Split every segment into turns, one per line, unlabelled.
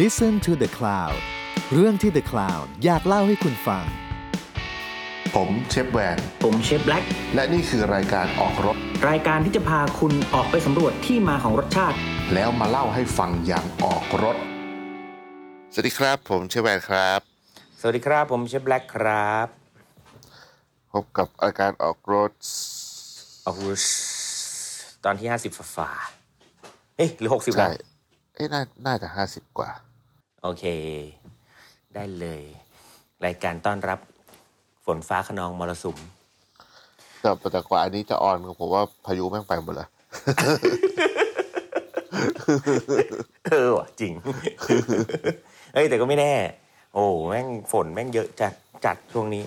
Listen to the Cloud เรื่องที่ The Cloud อยากเล่าให้คุณฟัง
ผมเชฟแวน
ผมเชฟแบล็ก
และนี่คือรายการออกรถ
รายการที่จะพาคุณออกไปสำรวจที่มาของรสชาติ
แล้วมาเล่าให้ฟังอย่างออกรถ สวัสดีครับ ผมเชฟแวนครับ
สวัสดีครับ ผมเชฟแบล็กครับ
พบกับรายการออกรถ
อาวุธตอนที่ 50ฝ่าๆเอ้ยหรือ 60
ใช่
แล้ว
เอ้ยนาน่าจะห้าสิบกว่า
โอเค ได้เลย รายการต้อนรับฝนฟ้าขนองมรสุม
แต่แต่กว่าอันนี้จะออนผมว่าพายุแม่งไปหมดแล้ว
เออว่ะจริง เอ้ยแต่ก็ไม่แน่ โอ้โหแม่งฝนแม่งเยอะจัดจัดช่วงนี้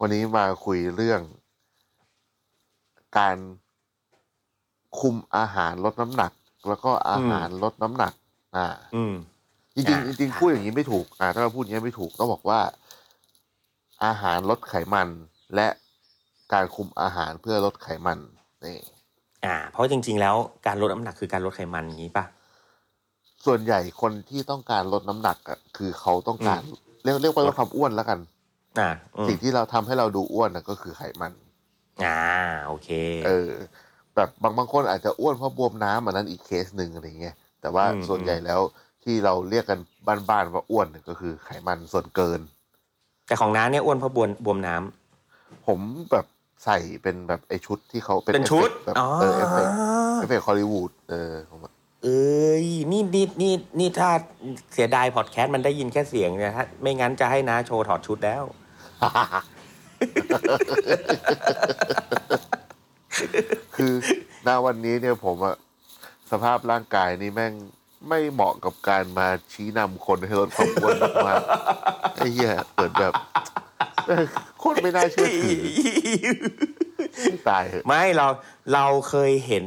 วันนี้มาคุยเรื่อง การคุมอาหารลดน้ำหนัก แล้วก็อาหารลดน้ำหนัก อ่า
อืม
จริง
อ่า
ๆจริง
ค่ะ
ๆพูดอย่างนี้ไม่ถูก อ่าถ้าเราพูดอย่างนี้ไม่ถูกต้องบอกว่า อาหารลดไขมัน และการคุมอาหารเพื่อลดไขมันนี่
อ่า เพราะจริง ๆ แล้วการลดน้ำหนักคือการลดไขมันอย่างนี้ป่ะ
ส่วนใหญ่คนที่ต้องการลดน้ำหนักอ่ะคือเขาต้องการเรียกเรียกว่าลดความอ้วนแล้วกัน
อ่าอืม
สิ่งที่เราทำให้เราดูอ้วนน่ะก็คือไขมัน
อ่าโอเค
เออ แบบบางบางคนอาจจะอ้วนเพราะบวมน้ำอันนั้นอีกเคสหนึ่งอะไรเงี้ยแต่ว่า
อืม
ส่วนใหญ่แล้วที่เราเรียกกันบ้านๆว่าอ้วนเนี่ยก็คือไขมันส่วนเกิน
แต่ของน้าเนี่ยอ้วนเพราะบวมบวมน้ำ
ผมแบบใส่เป็นแบบไอชุดที่เขาเป็น
เป็นชุด
อฟเฟกต์แบบ
อ๋อ
เออเอฟเฟกต์เอฟเฟกต์ฮอลลีวูดเออผมว่า
เอ้ยนี่นี่นี่นี่ถ้าเสียดายพอดแคสต์มันได้ยินแค่เสียงเนี่ยถ้าไม่งั้นจะให้น้าโชว์ถอดชุดแล้ว
คือหน้าวันนี้เนี่ยผมอะสภาพร่างกายนี่แม่งไม่เหมาะกับการมาชี้นำคนให้ลดความอ้วนมากๆไอ้เหี้ยเปิดแบบแม่งโคตรไม่น่าเชื่อถือตายเหอะ
ไม่เราเราเคยเห็น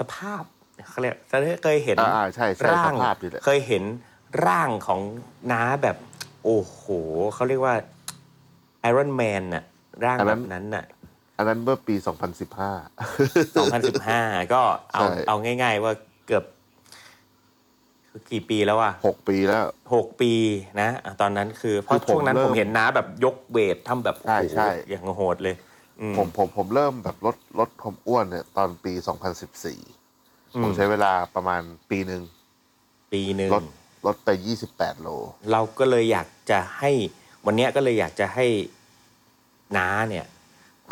สภาพเขาเรียกเคยเห็น
อ่าอ่าใช่ใช่
ร่าง
สภาพนี่แหละ
เคยเห็นร่างของน้าแบบ โอ้โหเขาเรียกว่าไอรอนแมนน่ะ ร่างแบบนั้นน่ะ
อันนั้นเมื่อปี 2015
2015 ก็ เอา
ใช่
เอาง่าย ๆ ว่าเกือบกี่ปีแล้วอะ
6 ปีแล้ว
หกปีนะอ่ะตอนนั้นคือเพราะ
คือผม
ช่วงนั้น
เริ่
ผม มเห็นน้าแบบยกเวททำแบบ
ใช่
โอ้โห
ใช่
อย่างโหดเลย อืม
ผมผมผมเริ่มแบบลดลดความอ้วนเนี่ยตอนปี 2014 ผมใช้เวลาประมาณปีหนึ่ง
ปีหนึ่ง
ลดลดไป 28 โล
เราก็เลยอยากจะให้วันเนี้ยก็เลยอยากจะให้น้าเนี่ย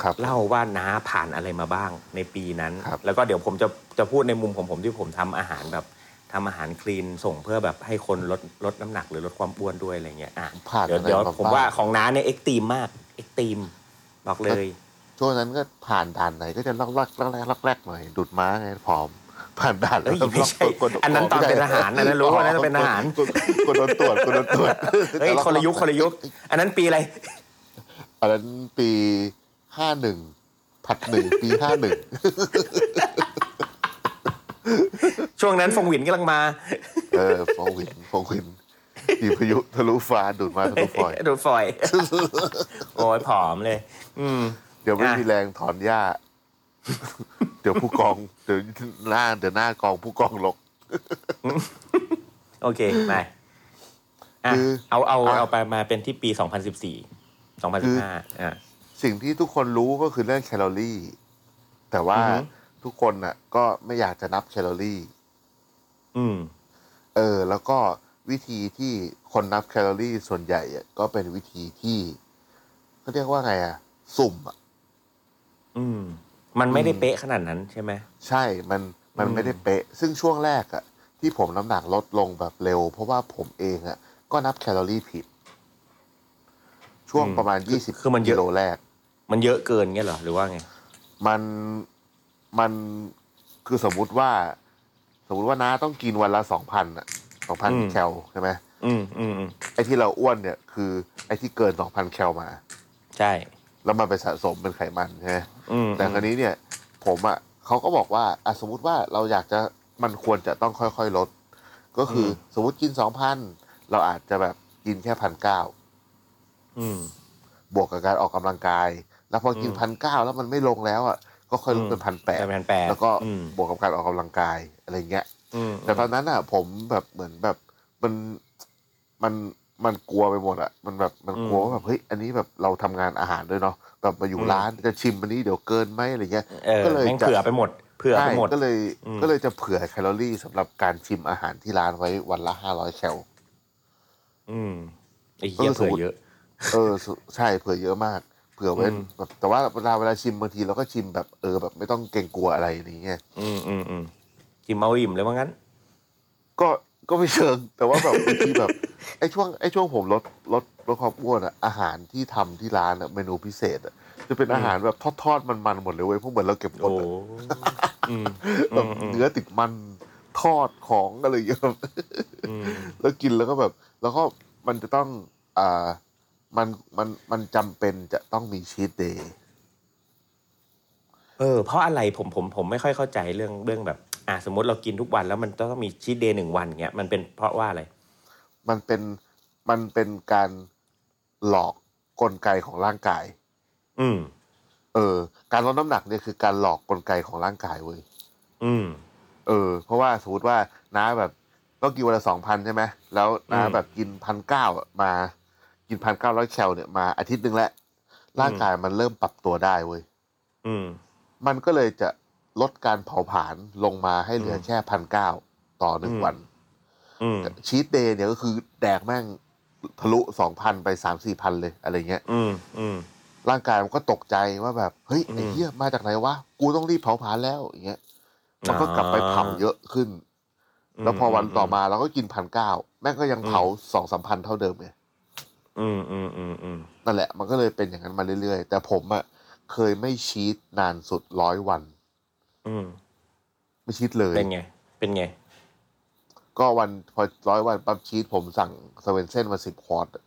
ครับ
เล่าว่าน้าผ่านอะไรมาบ้างในปีนั้น
ครับ
แล้วก็เดี๋ยวผมจะจะพูดในมุมของผมที่ผมทำอาหารแบบทำอาหารคลีนส่งเพื่อแบบให้คนลดลดน้ำหนักหรือลดความอ้วนด้วยอะไรเงี้ยอ่ะ
ผ่าน
เดี๋ยว
อะไร
เดี๋ยว
บ้ง
ผมว่าของน้าเนี่ยเอ็กตีมมากเอ็กตีมบอกเลย
ช่วงนั้นก็ผ่านด่านไหนก็จะลอกลอกลอกแรกลอกแรกหน่อยดูดม้าไงผอม ผ่านด่านแล้ว
เอ้ยไม่ใช่
กดกด
อันนั้นตอนเป็นทหารอันนั้นรู้ว่าอันนั้นเป็นทหาร
กดกดโดนตรวจกดโดนตรวจ
เฮ้ย
แต่
คนละยุคคนละยุคอันนั้นปีอะไร
อันนั้นปี 51ผัดหนึ่ง ปี 51
ช่วงนั้นฟงหวินกำลังมา
เออฟองวินฟองวินมีพายุทะลุฟ้าดูดมาทะลุฟอย
ดูดฝอย โอ้ยผอมเลย อืม
เดี๋ยวไม่
อ่ะ
มีแรงถอนหญ้า เดี๋ยวผู้กองเดี๋ยวหน้าเดี๋ยวหน้ากองผู้กองลก
โอเคไปอ่ะ
คือ
เอาเอา
อ่ะ
เอาไปมาเป็นที่ปี 2014 2015อ่ะ
สิ่งที่ทุกคนรู้ก็คือเรื่องแคลอรี่ แต่ว่า
อือหือ
ทุกคนน่ะ ก็ไม่อยากจะนับแคลอรี่
อืม
เออ แล้วก็วิธีที่คนนับแคลอรี่ส่วนใหญ่อะก็เป็นวิธีที่เขาเรียกว่าไงอะสุ่มอะ
อืม มันไม่ได้เป๊ะขนาดนั้นใช่ไหม
ใช่ มัน มัน
อืม
ไม่ได้เป๊ะ ซึ่งช่วงแรกอะที่ผมน้ำหนักลดลงแบบเร็ว เพราะว่าผมเองอะก็นับแคลอรี่ผิด ช่วงประมาณยี่สิบ
คือมันเย
กิ
อะ
โลแรก
มันเยอะเกินเงี้ยเหรอ หรือว่าไง
มัน มัน คือสมมุติว่า สมมุติว่าน้าต้องกินวันละสองพันอะสองพัน
อืม
แคลใช่ไหม
อืมอืมอืม
ไอ้ที่เราอ้วนเนี่ย คือ ไอ้ที่เกินสองพันแคลมา
ใช่
แล้วมันไปสะสมเป็นไขมันใช่ไหม
อืม
แต่คราวนี้เนี่ย ผมอะ่ะเขาก็บอกว่าอ่ะสมมติว่าเราอยากจะมันควรจะต้องค่อยๆลด ก็คืออสมมติกินสองพันเราอาจจะแบบกินแค่พันเก้า
อืม
บวกกับการออกกำลังกาย แล้วพอกินพันเก้าแล้วมันไม่ลงแล้วอะ่ะก็ค่อยลดเป็นพันแปด
เป็น1,800
แล้วก็
อืม
บวกกับการออกกำลังกายอะไรเงี้ย
อืม
แต่ตอนนั้นอ่ะ ผมแบบเหมือนแบบมันมันมันกลัวไปหมดอะมันแบบมันกลัวว่าแบบเฮ้ยอันนี้แบบเราทำงานอาหารด้วยเนาะแบบมาอยู่ร้านจะชิมอันนี้เดี๋ยวเกินไหมอะไรเงี้ย
เออ
ก็เลย
แม่ง
จะ
เผื่อไปหมดเผื่อไป
ใช่
หมด
ก็เลย
อืม
ก็เลยจะเผื่อแคลอรี่สำหรับการชิมอาหารที่ร้านไว้วันละห้าร้อยแคล
อืมไอ้เหี้ย
ก็คือสมมุติ
เผื่อเยอะ
เออสุใช่เผื่อเยอะมาก เผื่อไว้
อืม
แบบแต่ว่าเวลาเวลาชิมบางทีเราก็ชิมแบบเออแบบไม่ต้องเกรงกลัวอะไรนี้ไงย
อืมอืมอืมกินเมาอิ่มเลยว่างั้น
ก็ก็ไม่เชิง แต่ว่าแบบบางทีแบบไอ้ช่วงไอ้ช่วงผมลดลดลดความอ้วนอะอาหารที่ทำที่ร้านอะเมนูพิเศษอะจะเป็นอาหารแบบทอดๆมันๆหมดเลยเว้ยพวกเหมือนเราเก็บก
โอ้
ด
โห
อะ
อืม
แบบเนื้อติดมันทอดของอะไรอย่างเงี้ย
อืม
แล้วกินแล้วก็แบบ แล้วก็มันจะต้องอ่ามันมันมันจำเป็นจะต้องมีชีตเดย์
เออเพราะอะไรผมผมผมไม่ค่อยเข้าใจเรื่องเรื่องแบบ อ่ะสมมติเรากินทุกวันแล้วมันต้องมีชีทเดย์หนึ่งวันเงี้ยมันเป็นเพราะว่าอะไร
มันเป็นมันเป็นการหลอกกลไกของร่างกาย
อืม
เออ การลดน้ำหนักเนี่ยคือการหลอกกลไกของร่างกายเว้ย
อืม
เออ เพราะว่าสมมติว่าน้าแบบต้องกินวันละสองพันใช่ไหมแล้วน้า
อืม
แบบกินพันเก้ามา กินพันเก้าร้อยแคลเนี่ยมาอาทิตย์หนึ่งแล้วร่างกายมันเริ่มปรับตัวได้เว้ย
อืม
มันก็เลยจะลดการเผาผลาญลงมาให้เหลือ
อืม
แค่พันเก้าต่อหนึ่ง
อืม
วัน
อืม
ชีตเดย์เนี่ยก็คือแดกแม่งทะลุสองพันไปสามสี่พันเลยอะไรเงี้ย
อืมอืม
ร่างกายมันก็ตกใจว่าแบบ เฮ้ย ไอ้
อืม
เหี้ยมาจากไหนวะ กูต้องรีบเผาผลาญแล้วอย่างเงี้ยมันก็กลับไปเผาเยอะขึ้น แล้วพอวันต่อมาเราก็กินพันเก้าแม่งก็ยัง
อืม
เผาสองสามพันเท่าเดิมเลย
อืมอืมอืมอืม
นั่นแหละมันก็เลยเป็นอย่างนั้นมาเรื่อยๆ แต่ผมอะเคยไม่ชีตนานสุดร้อยวัน
อืม
ไม่ชีตเลย
เป็นไง เป็นไง
ก็วันพอร้อยวันปั๊บชีสผมสั่งสเวนเซ่นมาสิบคอร์สอะ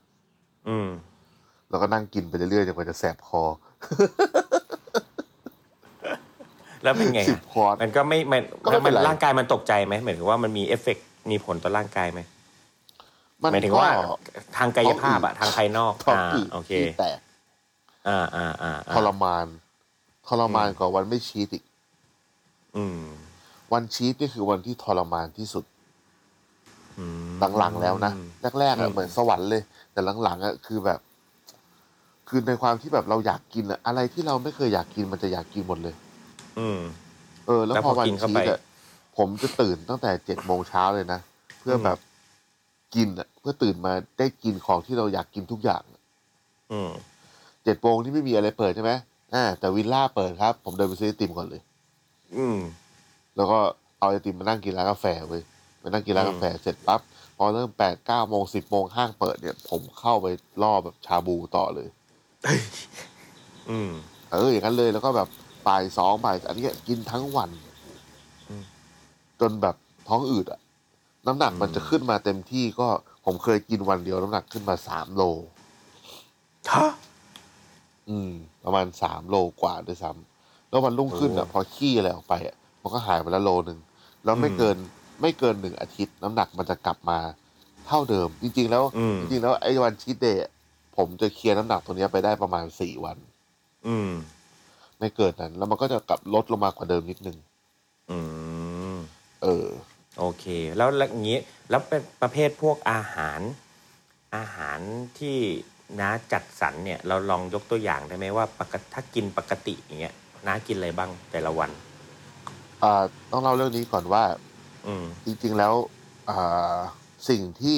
อืม
แล้วก็นั่งกินไปเรื่อยๆจนกว่าจะแสบคอ
แล้วเป็นไงอะ
สิบคอร์ส
มันก็ไม่มัน
ก็ไม่เป็นไร
ร่างกายมันตกใจไหมหมายถึงว่ามันมีเอฟเฟกต์มีผลต่อร่างกายไหม
มัน
หมายถึง
ก็
ว่าทางกายภาพอะ
ท้องอืด
ทางภายนอก
ท้อง
อ่า
อืด
โอเค
ที่แตก
อ่าอ่าอ่าอ่า
ทรมานทรมานกว่าวันไม่ชีสอีก
อืม
วันชีสนี่คือวันที่ทรมานที่สุด
อืม
หลังๆแล้วนะแรกๆ
อื
อะ
ม
เหมือนสวรรค์เลย แต่หลังๆอะคือแบบ คือในความที่แบบเราอยากกินอะอะไรที่เราไม่เคยอยากกินมันจะอยากกินหมดเลย
อืม
เออแล้ว
แล้ว
พ
พ
อ
อ
วัน
กินเข้า
ชี
ไป
สอะผมจะตื่นตั้งแต่เจ็ดโมงเช้าเลยนะ เพื่ออ
ม
แบบกินอะเพื่อตื่นมาได้กินของที่เราอยากกินทุกอย่าง
อืม
เจ็ดโมงที่ไม่มีอะไรเปิดใช่ไหมอ่าแต่วิลล่าเปิดครับ ผมเดินไปซื้อไอติมก่อนเลย
อืม
แล้วก็เอาไอติมมานั่งกินร้านกาแฟเว้ยมานั่งกินร้านกาแฟเสร็จปั๊บพอเริ่มแปดเก้าโมงสิบโมงห้างเปิดเนี่ย ผมเข้าไปล่อแบบชาบูต่อเลย
อืม
เอออย่างนั้นเลยแล้วก็แบบบ่ายสองบ่ายอันเนี้ยกินทั้งวัน
อืม
จนแบบท้องอืดอะน้ำหนักมัน
อืม
จะขึ้นมาเต็มที่ก็ผมเคยกินวันเดียวน้ำหนักขึ้นมาสามโล
ฮะ
อืม ประมาณสามโลกว่าด้วยซ้ำแล้ววันรุ่งขึ้นอะ
โอ้
พอขี้อะไรออกไปอะมันก็หายไปละโลหนึ่งแล้วไม่
อืม
เกินไม่เกินหนึ่งอาทิตย์ น้ำหนักมันจะกลับมาเท่าเดิม จริง ๆ แล้ว
อืม
จริงๆแล้วไอ้วันชีทเดย์อะผมจะเคลียร์น้ำหนักตัวเนี้ยไปได้ประมาณสี่วัน
อืม
ไม่เกินนั้น แล้วมันก็จะกลับลดลงมากว่าเดิมนิดนึง
อืม
เออ
โอเค แล้วแล้วอย่างนี้ แล้วเป็นประเภทพวกอาหาร อาหารที่น้าจัดสรรเนี่ย เราลองยกตัวอย่างได้ไหมว่าปกติถ้ากินปกติอย่างเงี้ยน้ากินอะไรบ้างแต่ละวัน
อ่าต้องเล่าเรื่องนี้ก่อนว่า
อืม
จริงๆแล้วอ่าสิ่งที่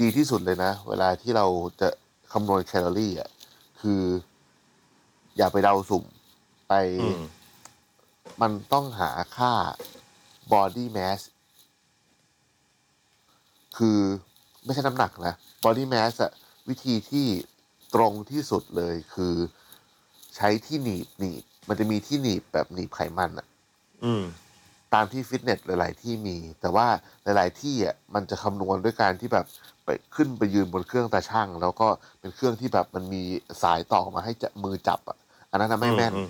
ดีที่สุดเลยนะ เวลาที่เราจะคำนวณแคลอรี่อ่ะคือ อย่าไปเดาสุ่มไป
อืม
มันต้องหาค่า body mass คือไม่ใช่น้ำหนักนะ body mass อะวิธีที่ตรงที่สุดเลยคือใช้ที่หนีบหนีบมันจะมีที่หนีบแบบหนีบไขมันอะ
อืม
ตามที่ฟิตเนสหลาย ๆ ที่มี แต่ว่าหลาย ๆ ที่อ่ะมันจะคำนวณด้วยการที่แบบไปขึ้นไปยืนบนเครื่องตาช่าง แล้วก็เป็นเครื่องที่แบบมันมีสายต่อมาให้จะมือจับอ่ะอันนั้นนะไม่แม่น
อืม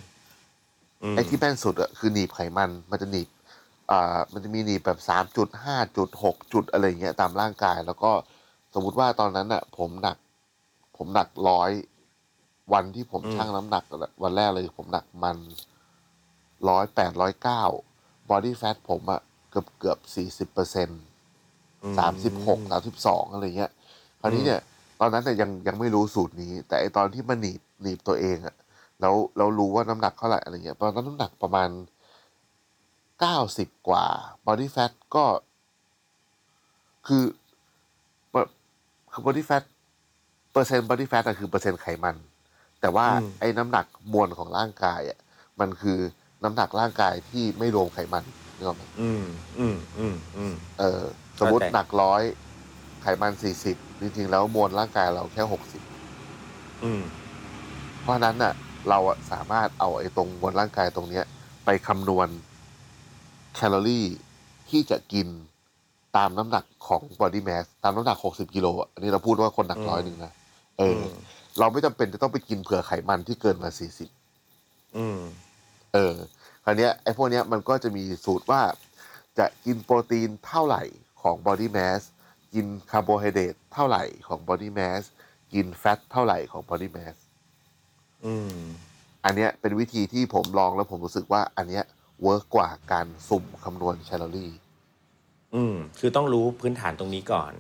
อืม
ไอ้ที่แม่นสุดอ่ะคือหนีบไขมันมันจะหนีบอ่ามันจะมีหนีบแบบสามจุดห้าจุดหกจุดอะไรเงี้ยตามร่างกาย แล้วก็สมมติว่าตอนนั้นอ่ะ ผมหนัก ผมหนักร้อยวันที่ผมชั่งน้ำหนักอะวันแรกเลยผมหนักมันร้อยแปดร้อยเก้าบอดี้แฟทผมอะ เกือบเกือบสี่สิบเปอร์เซ็นต์
อื
สามสิบหกสามสิบสองอะไรเงี้ยคราวนี้เนี่ย ตอนนั้นแต่ยยังยังไม่รู้สูตรนี้ แต่ไอตอนที่มันหนีบหนีบตัวเองอะแล้วเรารู้ว่าน้ำหนักเท่าไหร่อะไรเงี้ยตอนนั้นน้ำหนักประมาณเก้าสิบกว่า บอดี้แฟทก็ คือแบบคือบอดี้แฟทเปอร์เซ็นต์บอดี้แฟทอะคือเปอร์เซ็นต์ไขมัน แต่ว่า
อืม
ไอ้น้ำหนักมวลของร่างกายอะมันคือน้ำหนักร่างกายที่ไม่รวมไขมันนึกออกไหม
อืมอืมอืมอืม
เออ สมมติ
เข้าใจ
หนักร้อยไขมันสี่สิบจริงๆแล้วมวลร่างกายเราแค่หกสิบ
อืม
เพราะฉะนั้นอะเราอะสามารถเอาไอ้ตรงมวลร่างกายตรงเนี้ย ไปคำนวณแคลอรี่ที่จะกินตามน้ำหนักของบอดี้แมสตามน้ำหนักหกสิบกิโลอะอันนี้เราพูดว่าคนหนักร้อยหนึ่งนะเอออ เราไม่จำเป็นจะต้องไปกินเผื่อไขมันที่เกินมาสี่สิบ
อืม
เออ คราวเนี้ยไอ้พวกเนี้ยมันก็จะมีสูตรว่า จะกินโปรตีนเท่าไหร่ของ body mass กินคาร์โบไฮเดรตเท่าไหร่ของ body mass กินแฟตเท่าไหร่ของ body mass
อืม
อันเนี้ยเป็นวิธีที่ผมลองแล้วผมรู้สึกว่าอันเนี้ยเวิร์กกว่าการสุ่มคำนวณแคลอรี่
อืมคือต้องรู้พื้นฐานตรงนี้ก่อน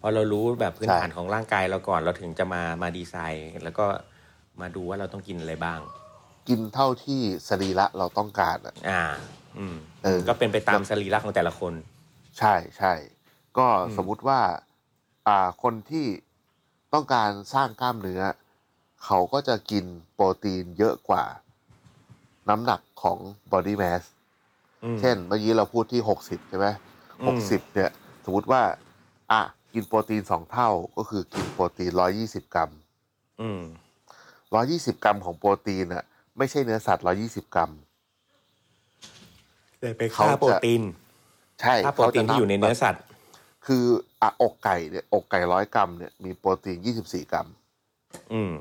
พอเรารู้แบบพื้น
ใช่
ฐานของร่างกายเราก่อน เราถึงจะมามาดีไซน์ แล้วก็มาดูว่าเราต้องกินอะไรบ้าง
กินเท่าที่สรีระเราต้องการอะ
อ่า อืม
เออ
ก็เป็นไปตามสรีระของแต่ละคน
ใช่ใช่ ก็
อืม
สมมุติว่า อ่าคนที่ต้องการสร้างกล้ามเนื้อ เขาก็จะกินโปรตีนเยอะกว่า น้ำหนักของ body mass
อืม
เช่น เมื่อกี้เราพูดที่ 60 ใช่ไหม
อืม
หกสิบเนี่ย สมมติว่า อ่ะ กินโปรตีนสองเท่าก็คือกินโปรตีน 120 กรัม
อืม
120 กรัมของโปรตีนอ่ะ ไม่ใช่เนื้อสัตว์ 120 กรัม
ได้ไป
เขา
ค่า
จะ
โปรตีน
ใช่
ค่าโปรตีนที่อยู่ในเนื้อสัตว์
คืออ่ะอกไก่เนี่ยอกไก่ร้อยกรัมเนี่ยมีโปรตีน 24 กรัม
อืม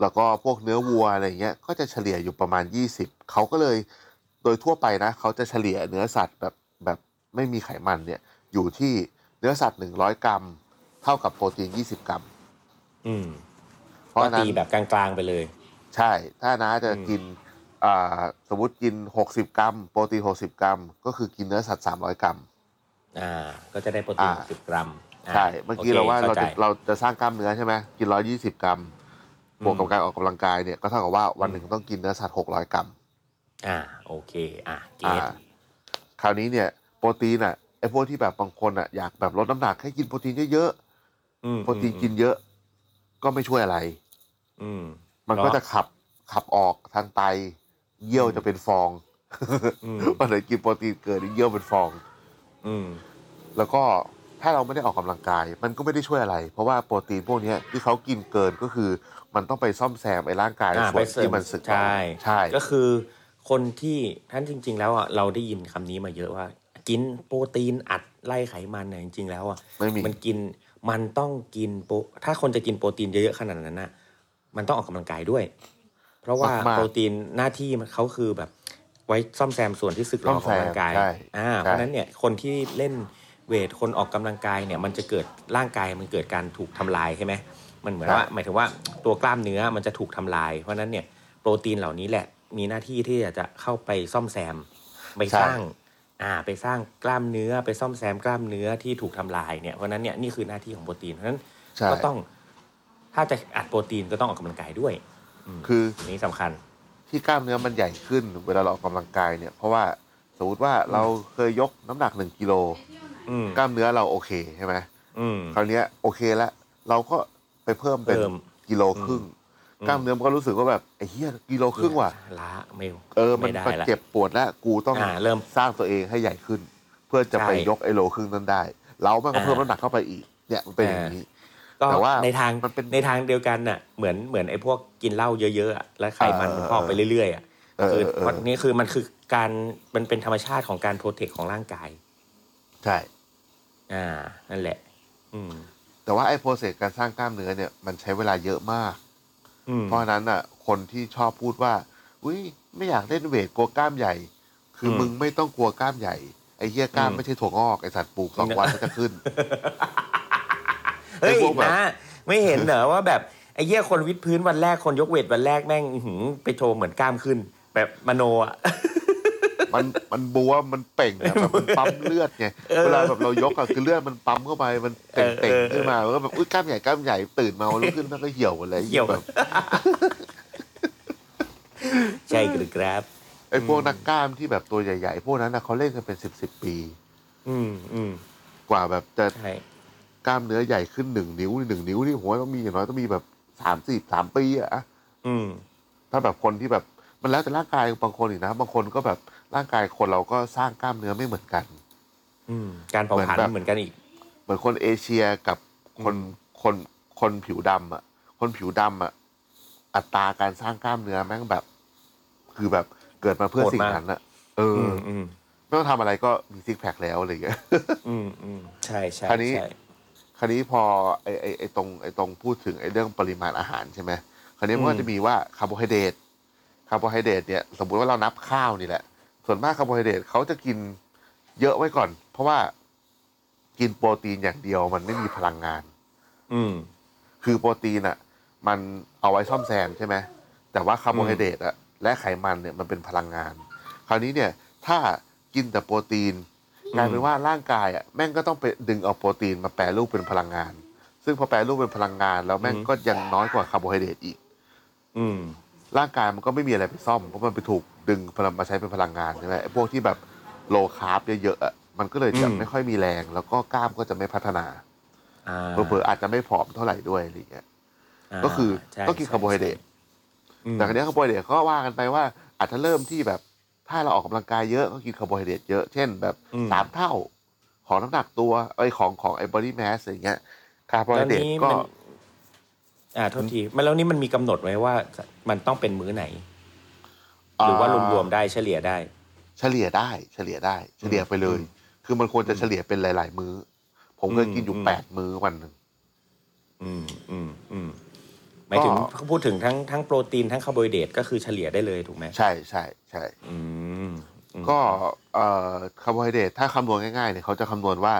แล้วก็พวกเนื้อวัวอะไรเงี้ยก็จะเฉลี่ยอยู่ประมาณ 20 เขาก็เลยโดยทั่วไปนะ เขาจะเฉลี่ยเนื้อสัตว์แบบแบบไม่มีไขมันเนี่ย อยู่ที่เนื้อสัตว์ 100 กรัม เท่ากับโปรตีน 20 กรัม
อืม
เพ
ก็
ราะฉะนั้
ตี
น
แบบกลางๆไปเลย
ใช่ ถ้าน้าจะกินอ่าสมมติกิน 60 กรัม โปรตีน 60 กรัม ก็คือกินเนื้อสัตว์ 300 กรัม
อ่า ก็จะได้โปรตี
อ่า
นหกสิบกรัม
ใช่ เมื่อกี้เราว่าเราจะ
เรา
เราจะสร้างกล้ามเนื้อใช่ไหมกิน 120 กรัม บวกกับการออกกำลังกายเนี่ยก็เท่ากับว่าวันหนึ่งต้องกินเนื้อสัตว์ 600 กรัม
อ่า โอเค อ่าเก
อ่า
ต
คราวนี้เนี่ย โปรตีนอ่ะไอพวกที่แบบบางคนอ่ะอยากแบบลดน้ำหนักให้กินโปรตีนเยอะ
อืม
ๆโปรตีนกินเยอะ ก็ไม่ช่วยอะไร
อืม
มันก็จะ
เา
ขับขับออกทางไต เยี่ยวจะเป็นฟอง
อืม
วันไหนกินโปรตีนเกินเยี่ยวเป็นฟอง
อืม
แล้วก็ถ้าเราไม่ได้ออกกำลังกาย มันก็ไม่ได้ช่วยอะไร เพราะว่าโปรตีนพวกเนี้ยที่เขากินเกินก็คือ มันต้องไปซ่อมแซมไอ้ร่างกาย
อ่า
ส่วน
ไปเสริม
ที่มันสึกหรอ
ใช่
ใช่
ก็คือคนที่ท่านจริง ๆ แล้วอ่ะเราได้ยินคำนี้มาเยอะว่า กินโปรตีนอัดไล่ไขมันเนี่ยจริง ๆ แล้วอ่ะ
ไม่มี
มันกินมันต้องกินโปรถ้าคนจะกินโปรตีนเยอะๆขนาดนั้นนะมันต้องออกกำลังกายด้วย เพราะว่าม
ากๆ
โปรตีนหน้าที่มันเขาคือแบบไว้ซ่อมแซมส่วนที่สึกหร
ซ่
อข
อม
อ
แซ
ง
ม
ร่างกาย
ใช่
อ่า
ใช่
เพราะฉะนั้นเนี่ยคนที่เล่นเวทคนออกกำลังกายเนี่ยมันจะเกิดร่างกายมันเกิดการถูกทำลายใช่ไหมมันเหมือนว่าหมายถึงว่าตัวกล้ามเนื้อมันจะถูกทำลาย เพราะฉะนั้นเนี่ยโปรตีนเหล่านี้แหละมีหน้าที่ที่จะเข้าไปซ่อมแซม ไปสร้าง อ่า ไปสร้างกล้ามเนื้อ ไปซ่อมแซมกล้ามเนื้อที่ถูกทำลายเนี่ย เพราะฉะนั้นเนี่ยนี่คือหน้าที่ของโปรตีน เพราะฉะนั้น
ใช่
ก็ต้อง ถ้าจะอัดโปรตีนก็ต้องออกกำลังกายด้วย
คือ
อันนี้สำคัญ
ที่กล้ามเนื้อมันใหญ่ขึ้นเวลาเราออกกำลังกายเนี่ย เพราะว่าสมมติว่าเราเคยยกน้ำหนักหนึ่งกิโล
อืม
กล้ามเนื้อเราโอเคใช่ไหม
อืม
คราวเนี้ยโอเคแล้วเราก็ไปเพิ่มเป็น
เพิ่ม
กิโลครึ่ง กล้ามเนื้อมันก็รู้สึกว่าแบบไอ้เหี้ยกิโลครึ่งว่ะ
ล้าไม่
เออมัน
ไม่ได้
มัน
ละ
เจ็บปวดแล้วกูต้อง
อ่าเริ่ม
สร้างตัวเองให้ใหญ่ขึ้น เพื่อจะไป
ใช่
ยกไอ้โลครึ่งนั้นได้ เรามันก็เพิ่ม
อ่า
น้ำหนักเข้าไปอีกเนี่ยมันเป็นอย่างนี้
ก็
แต่ว่า
ในทาง
มันเป็น
ในทางเดียวกันน่ะ เหมือนเหมือนไอ้พวกกินเหล้าเยอะๆอะแล้วไขมัน
เออ
มันพอกไปเรื่อยๆอ่ะ
เออ
คือ
เออ
วันนี้คือมันคือการมันเป็นธรรมชาติของการโปรเทคของร่างกาย
ใช่
อ่า นั่นแหละ อืม
แต่ว่าไอ้โปรเซสการสร้างกล้ามเนื้อเนี่ยมันใช้เวลาเยอะมาก
อืม
เพราะฉะนั้นอ่ะ คนที่ชอบพูดว่า อุ้ยไม่อยากเล่นเวทกลัวกล้ามใหญ่ คืออ
ม
มึงไม่ต้องกลัวกล้ามใหญ่ ไอ้เหี้ยกล้าม
อืม
ไม่ใช่ถั่วงอก ไอ้สัตว์ปลูกสองวันก็จะขึ้น
เฮ้ย
ไอ้พวกแบบ
นะไม่เห็นเหรอว่าแบบไอ้เหี้ยคนวิดพื้นวันแรกคนยกเวทวันแรกแม่งอื้อหือไปโชว์เหมือนกล้ามขึ้น แบบมโนอ่ะ
มันมันบวมมันเป่งอะแบบมันปั๊มเลือดไงเวลาแบบเรายกอะคือเลือดมันปั๊มเข้าไปมันเต่ง
เอ
เต่ง
อเออ
ขึ้นมาแล้วก็แบบอุ้ยกล้ามใหญ่กล้ามใหญ่ตื่นมาลุกขึ้นมันก็เหี่ยวหมดเลย
เกี่ยว
แบ
กับบ ใช่หรือครับ
ไอ้พวกนักกล้ามที่แบบตัวใหญ่ๆ พวกนั้นนะเขาเล่นกันเป็นสิบสิบปี
อืมอืม
กว่าแบบจะ
ใช่
กล้ามเนื้อใหญ่ขึ้นหนึ่งนิ้วหนึ่งนิ้วนี่ผมว่าต้องมีอย่างน้อยต้องมีแบบสามสี่สามปีอะ
อืม
ถ้าแบบคนที่แบบมันแล้วแต่ร่างกายบางคนอีกนะบางคนก็แบบร่างกายคนเราก็สร้างกล้ามเนื้อไม่เหมือนกัน
อืม การเผาผลาญ
เหมือนแบบ
เหมือนกันอีก
เหมือนคนเอเชียกับคนคนคนผิวดำอ่ะ คนผิวดำอ่ะอัตราการสร้างกล้ามเนื้อแม่งแบบ คือแบบเกิดมาเพื่อ
โหดมาก
สิ่งนั้นอ่ะ เออ
อืม
อ
อืม
ไม่ต้องทำอะไรก็มีซิกแพคแล้วอะไรอย่างเงี้ย
อืมอืมใช่ใช่
อันนี้
ใช่
คราวนี้พอไอไอไอตรงไอตรงพูดถึงไอเรื่องปริมาณอาหารใช่ไหมคราวนี้มันก็จะมีว่าคาร์โบไฮเดรตคาร์โบไฮเดรตเนี่ยสมมุติว่าเรานับข้าวนี่แหละ ส่วนมากคาร์โบไฮเดรตเขาจะกินเยอะไว้ก่อน เพราะว่ากินโปรตีนอย่างเดียวมันไม่มีพลังงาน
อืม
คือโปรตีนอ่ะ มันเอาไว้ซ่อมแซมใช่ไหมแต่ว่าคาร์โบไฮเดรตอ่ะและไขมันเนี่ยมันเป็นพลังงาน คราวนี้เนี่ย ถ้ากินแต่โปรตีนกลายเป็นว่าร่างกายอ่ะแม่งก็ต้องไปดึงเอาโปรตีนมาแปรรูปเป็นพลังงาน ซึ่งพอแปรรูปเป็นพลังงาน แล้วแม่งก็ยังน้อยกว่าคาร์โบไฮเดรตอีก
อืม
ร่างกายมันก็ไม่มีอะไรไปซ่อมเพราะมันไปถูกดึงพลังมาใช้เป็นพลังงานใช่ไหมไอ้พวกที่แบบโลคาร์บเยอะๆอ่ะมันก็เลยจะ
อืม
ไม่ค่อยมีแรง แล้วก็กล้ามก็จะไม่พัฒนา
อ่า
เผลอๆอาจจะไม่ผอมเท่าไหร่ด้วยอะไรอย่างเงี้ย ก็คือ
ใช่
ต้องกิน
ใช่
คาร์โบไฮเดรต
อืม
แต่ครั้นี้คาร์โบไฮเดรตก็ว่ากันไปว่าอาจจะเริ่มที่แบบถ้าเราออกกำลังกายเยอะก็กินคาร์โบไฮเดรตเยอะ เช่นแบบสามเท่า ของน้ำหนักตัวไอยของของไอบอดี้แมสอย่างเงี้ยคาร์โบไฮ
แล้ว
เดรต
นี้
ก็
มันอ่าโทษทีมันแล้วนี้มันมีกำหนดไหมว่ามันต้องเป็นมื้อไหน หรือว่ารวมๆได้เฉลี่ยได้
เฉลี่ยได้ เฉลี่ยได้ เฉลี่ยไปเลย คือมันควรจะเฉลี่ยเป็นหลาย ๆ มื้อ ผมเคยกินอยู่
อืม
แปดมื้อวันหนึ่ง
อืมอืมอืมหมายถึงพูดถึงทั้งทั้งโปรตีนทั้งคาร์โบไฮเดรตก็คือเฉลี่ยได้เลยถูกไหม
ใช่ใช่ใช่
อืมอืม
ก็เอ่อคาร์โบไฮเดรตถ้าคำนวณง่ายๆเนี่ยเขาจะคำนวณว่า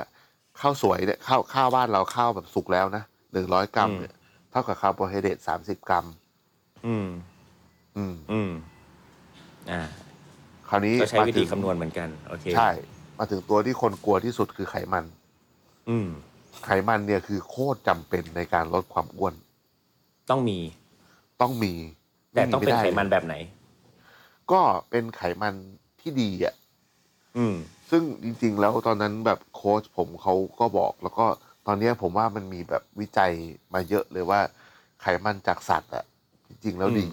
ข้าวสวยเนี่ยข้าวข้าวบ้านเราข้าวแบบสุกแล้วนะหนึ่งร้อยกรัมเนี่ยเท่ากับคาร์โบไฮเดรตสามสิบกรัม
อืม
อืม
อืมอ่า
คราวนี้
ก็ใช้วิธี
มาถึง
คำนวณเหมือนกัน โอเค
ใช่ มาถึงตัวที่คนกลัวที่สุดคือไขมัน
อืม
ไขมันเนี่ยคือโคตรจำเป็นในการลดความอ้วน
ต้องมี
ต้องมี
แต่ต้องเป็น
ด้
ไขมันแบบไหน
ก็เป็นไขมันที่ดีอ่ะ
อืม
ซึ่งจริงๆ แล้วตอนนั้นแบบโค้ชผมเขาก็บอก แล้วก็ตอนเนี้ยผมว่ามันมีแบบวิจัยมาเยอะเลยว่า ไขมันจากสัตว์อ่ะ จริงๆ แล้วดี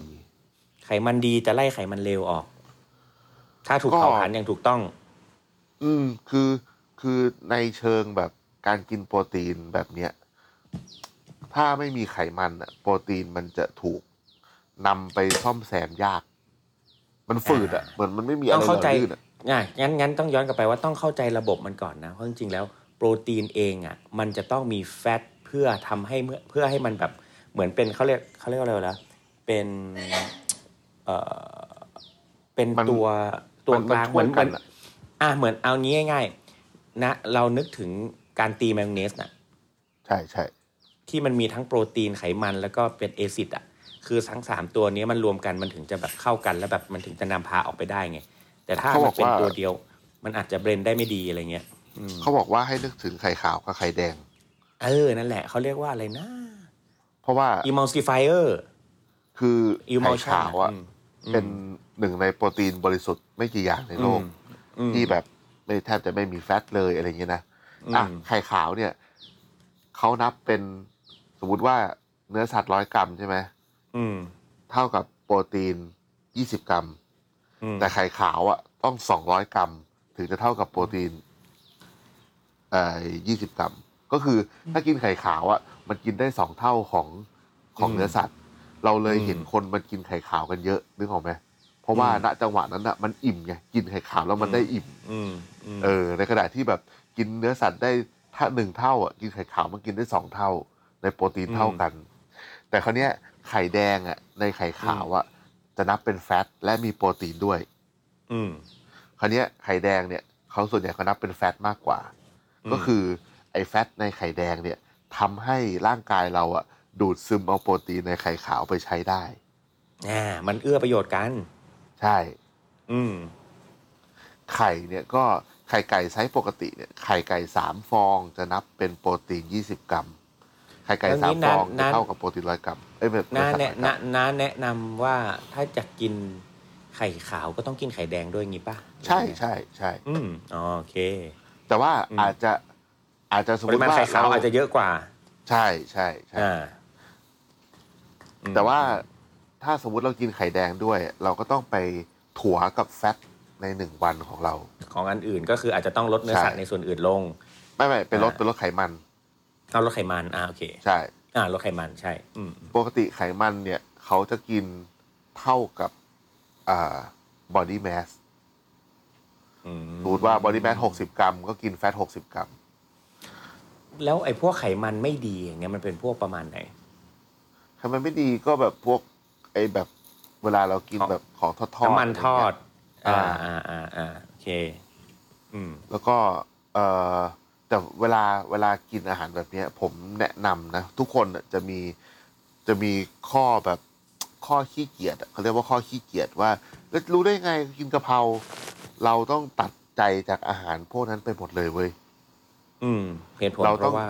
ไขมันดีแต่ไล่ไขมันเลวออก ถ้าถูก
ก็
เผาผลาญอย่างถูกต้อง
อืมคือคือในเชิงแบบการกินโปรตีนแบบเนี้ย ถ้าไม่มีไขมันอะโปรตีนมันจะถูกนำไปซ่อมแซมยาก มันฝืดอ่ะ เหมือนมันไม่มีอะ
ต้อ
ไรง หล่
เข้า
อ
ใจ
ลื่นอะ
ง่ายงั้นงั้นต้องย้อนกลับไปว่าต้องเข้าใจระบบมันก่อนนะ เพราะจริงๆแล้วโปรตีนเองอ่ะ มันจะต้องมีแฟตเพื่อทำให้เมื่อเพื่อให้มันแบบเหมือนเป็นเขาเรียกเขาเรียกว่าอะไรวะนะเป็นเอ่อเป็นตัวตัว
มัน
ก
มัน
ลางเห
ช่ว
มื
ยกัน
อนเหมือน
อะ
อ่ะเหมือนเอางี้ง่ายๆนะเรานึกถึงการตีมายองเนสน่ะ
ใช่ใช่
ที่มันมีทั้งโปรตีนไขมันแล้วก็เป็นเอซิดอ่ะ คือทั้งสามตัวเนี้ยมันรวมกันมันถึงจะแบบเข้ากันแล้วแบบมันถึงจะนำพาออกไปได้ไง แต่ถ้ามันเป็นตัวเดียว มันอาจจะเบรนได้ไม่ดีอะไรเงี้ย
เขาบอกว่าให้นึกถึงไข่ขาวกับไข่แดง
เออ นั่นแหละเขาเรียกว่าอะไรนะ
เพราะว่า
อิม l ลซิฟายเออร์
คือ
อิม
ไข่
l ลชัน
ขาวอ่ะ เป็นหนึ่งในโปรตีนบริสุทธิ์ไม่กี่อย่างในโลก ที่แบบไม่แทบจะไม่มีแฟตเลยอะไรอย่างเงี้ยนะอ่ะไข่ขาวเนี่ยเขานับเป็นสมมติว่าเนื้อสัตว์ร้อยกรัมใช่ไหม
อืม
เท่ากับโปรตีนยี่สิบกรัม
อืม
แต่ไข่ขาวอ่ะต้องสองร้อยกรัม ถึงจะเท่ากับโปรตีนเอ่อยี่สิบกรัม ก็คือถ้ากินไข่ขาวอ่ะมันกินได้สองเท่าของของเนื้อสัตว์ เราเลยเห็นคนมันกินไข่ขาวกันเยอะนึกออกไหมเพราะว่าณจังหวะนั้นอ่ะมันอิ่มไงกินไข่ขาวแล้วมันได้อิ่ม
อืมอืม
เออในขณะที่แบบกินเนื้อสัตว์ได้ถ้าหนึ่งเท่าอ่ะกินไข่ขาวมันกินได้สองเท่า ในโปรตีนเท่ากัน แต่คราวเนี้ยไข่แดงอ่ะในไข่ขาวอ่ะจะนับเป็นแฟตและมีโปรตีนด้วย
อืม
คราวเนี้ยไข่แดงเนี่ยเขาส่วนใหญ่เขานับเป็นแฟตมากกว่า
อืม
ก็คือไอ้แฟตในไข่แดงเนี่ยทำให้ร่างกายเราอ่ะดูดซึมเอาโปรตีนในไข่ขาวไปใช้ได้
อ่ามันเอื้อประโยชน์กัน
ใช่
อืม
ไข่เนี่ยก็ไข่ไก่ไซส์ปกติเนี่ยไข่ไก่สามฟองจะนับเป็นโปรตีนยี่สิบกรัม ไข่ไก่
แล้ว
สา
นี้
มฟอง
นั้
จะ
น
เท่ากับโปรตีนร้อยกรัมเอ้ยแบบ
น้าแนะ
300กรั
น้าม น้าแนะนำว่าถ้าจะกินไข่ขาวก็ต้องกินไข่แดงด้วยงี้ป่ะ
ใช่ใช่ใช่
อืมอ๋อโอเค
แต่ว่า
อืม
อาจจะอาจจะสม
ป
ม
ริ
ติ
มาณ
ว่า
ไข่ขาว
เรา
อาจจะเยอะกว่า
ใช่ใช่ใช่
อ่าอืม
แต่ว่าถ้าสมมุติเรากินไข่แดงด้วย เราก็ต้องไปถัวกับแฟตในหนึ่งวันของเรา
ของอันอื่นก็คืออาจจะต้องลดเนื้อ
ใช่
สัตว์ในส่วนอื่นลง
ไม่ไม่เป็นลด
อ่า
เป็นลดไขมัน
เอาลดไขมันอ่าโอเค
ใช่
อ่าลดไขมันใช่ อืม
ปกติไขมันเนี่ย เขาจะกินเท่ากับอ่าบอดี้แมส
อืม
สมมติว่าบอดี้แมสหกสิบกรัม ก็กินแฟตหกสิบกรัม
แล้วไอ้พวกไขมันไม่ดีอย่างเงี้ยมันเป็นพวกประมาณไหน
ไขมันไม่ดีก็แบบพวก ไอ้แบบเวลาเรากิน
ของ
แบบของทอดๆ
น้ำมันทอด
ะไรเงี้
อ่า
อ่า
อ่าอ่าอ่าโอเค อื
ย
ม
แล้วก็เอ่อแต่เวลาเวลากินอาหารแบบเนี้ย ผมแนะนำนะ ทุกคนน่ะจะมีจะมีข้อแบบข้อขี้เกียจอะเขาเรียกว่าข้อขี้เกียจว่าแล้วรู้ได้ไงกินกะเพราเราต้องตัดใจจากอาหารพวกนั้นไปหมดเลยเว้ย
อืมเหตุผล
เรา
เพ
ต้อง
ราะว่า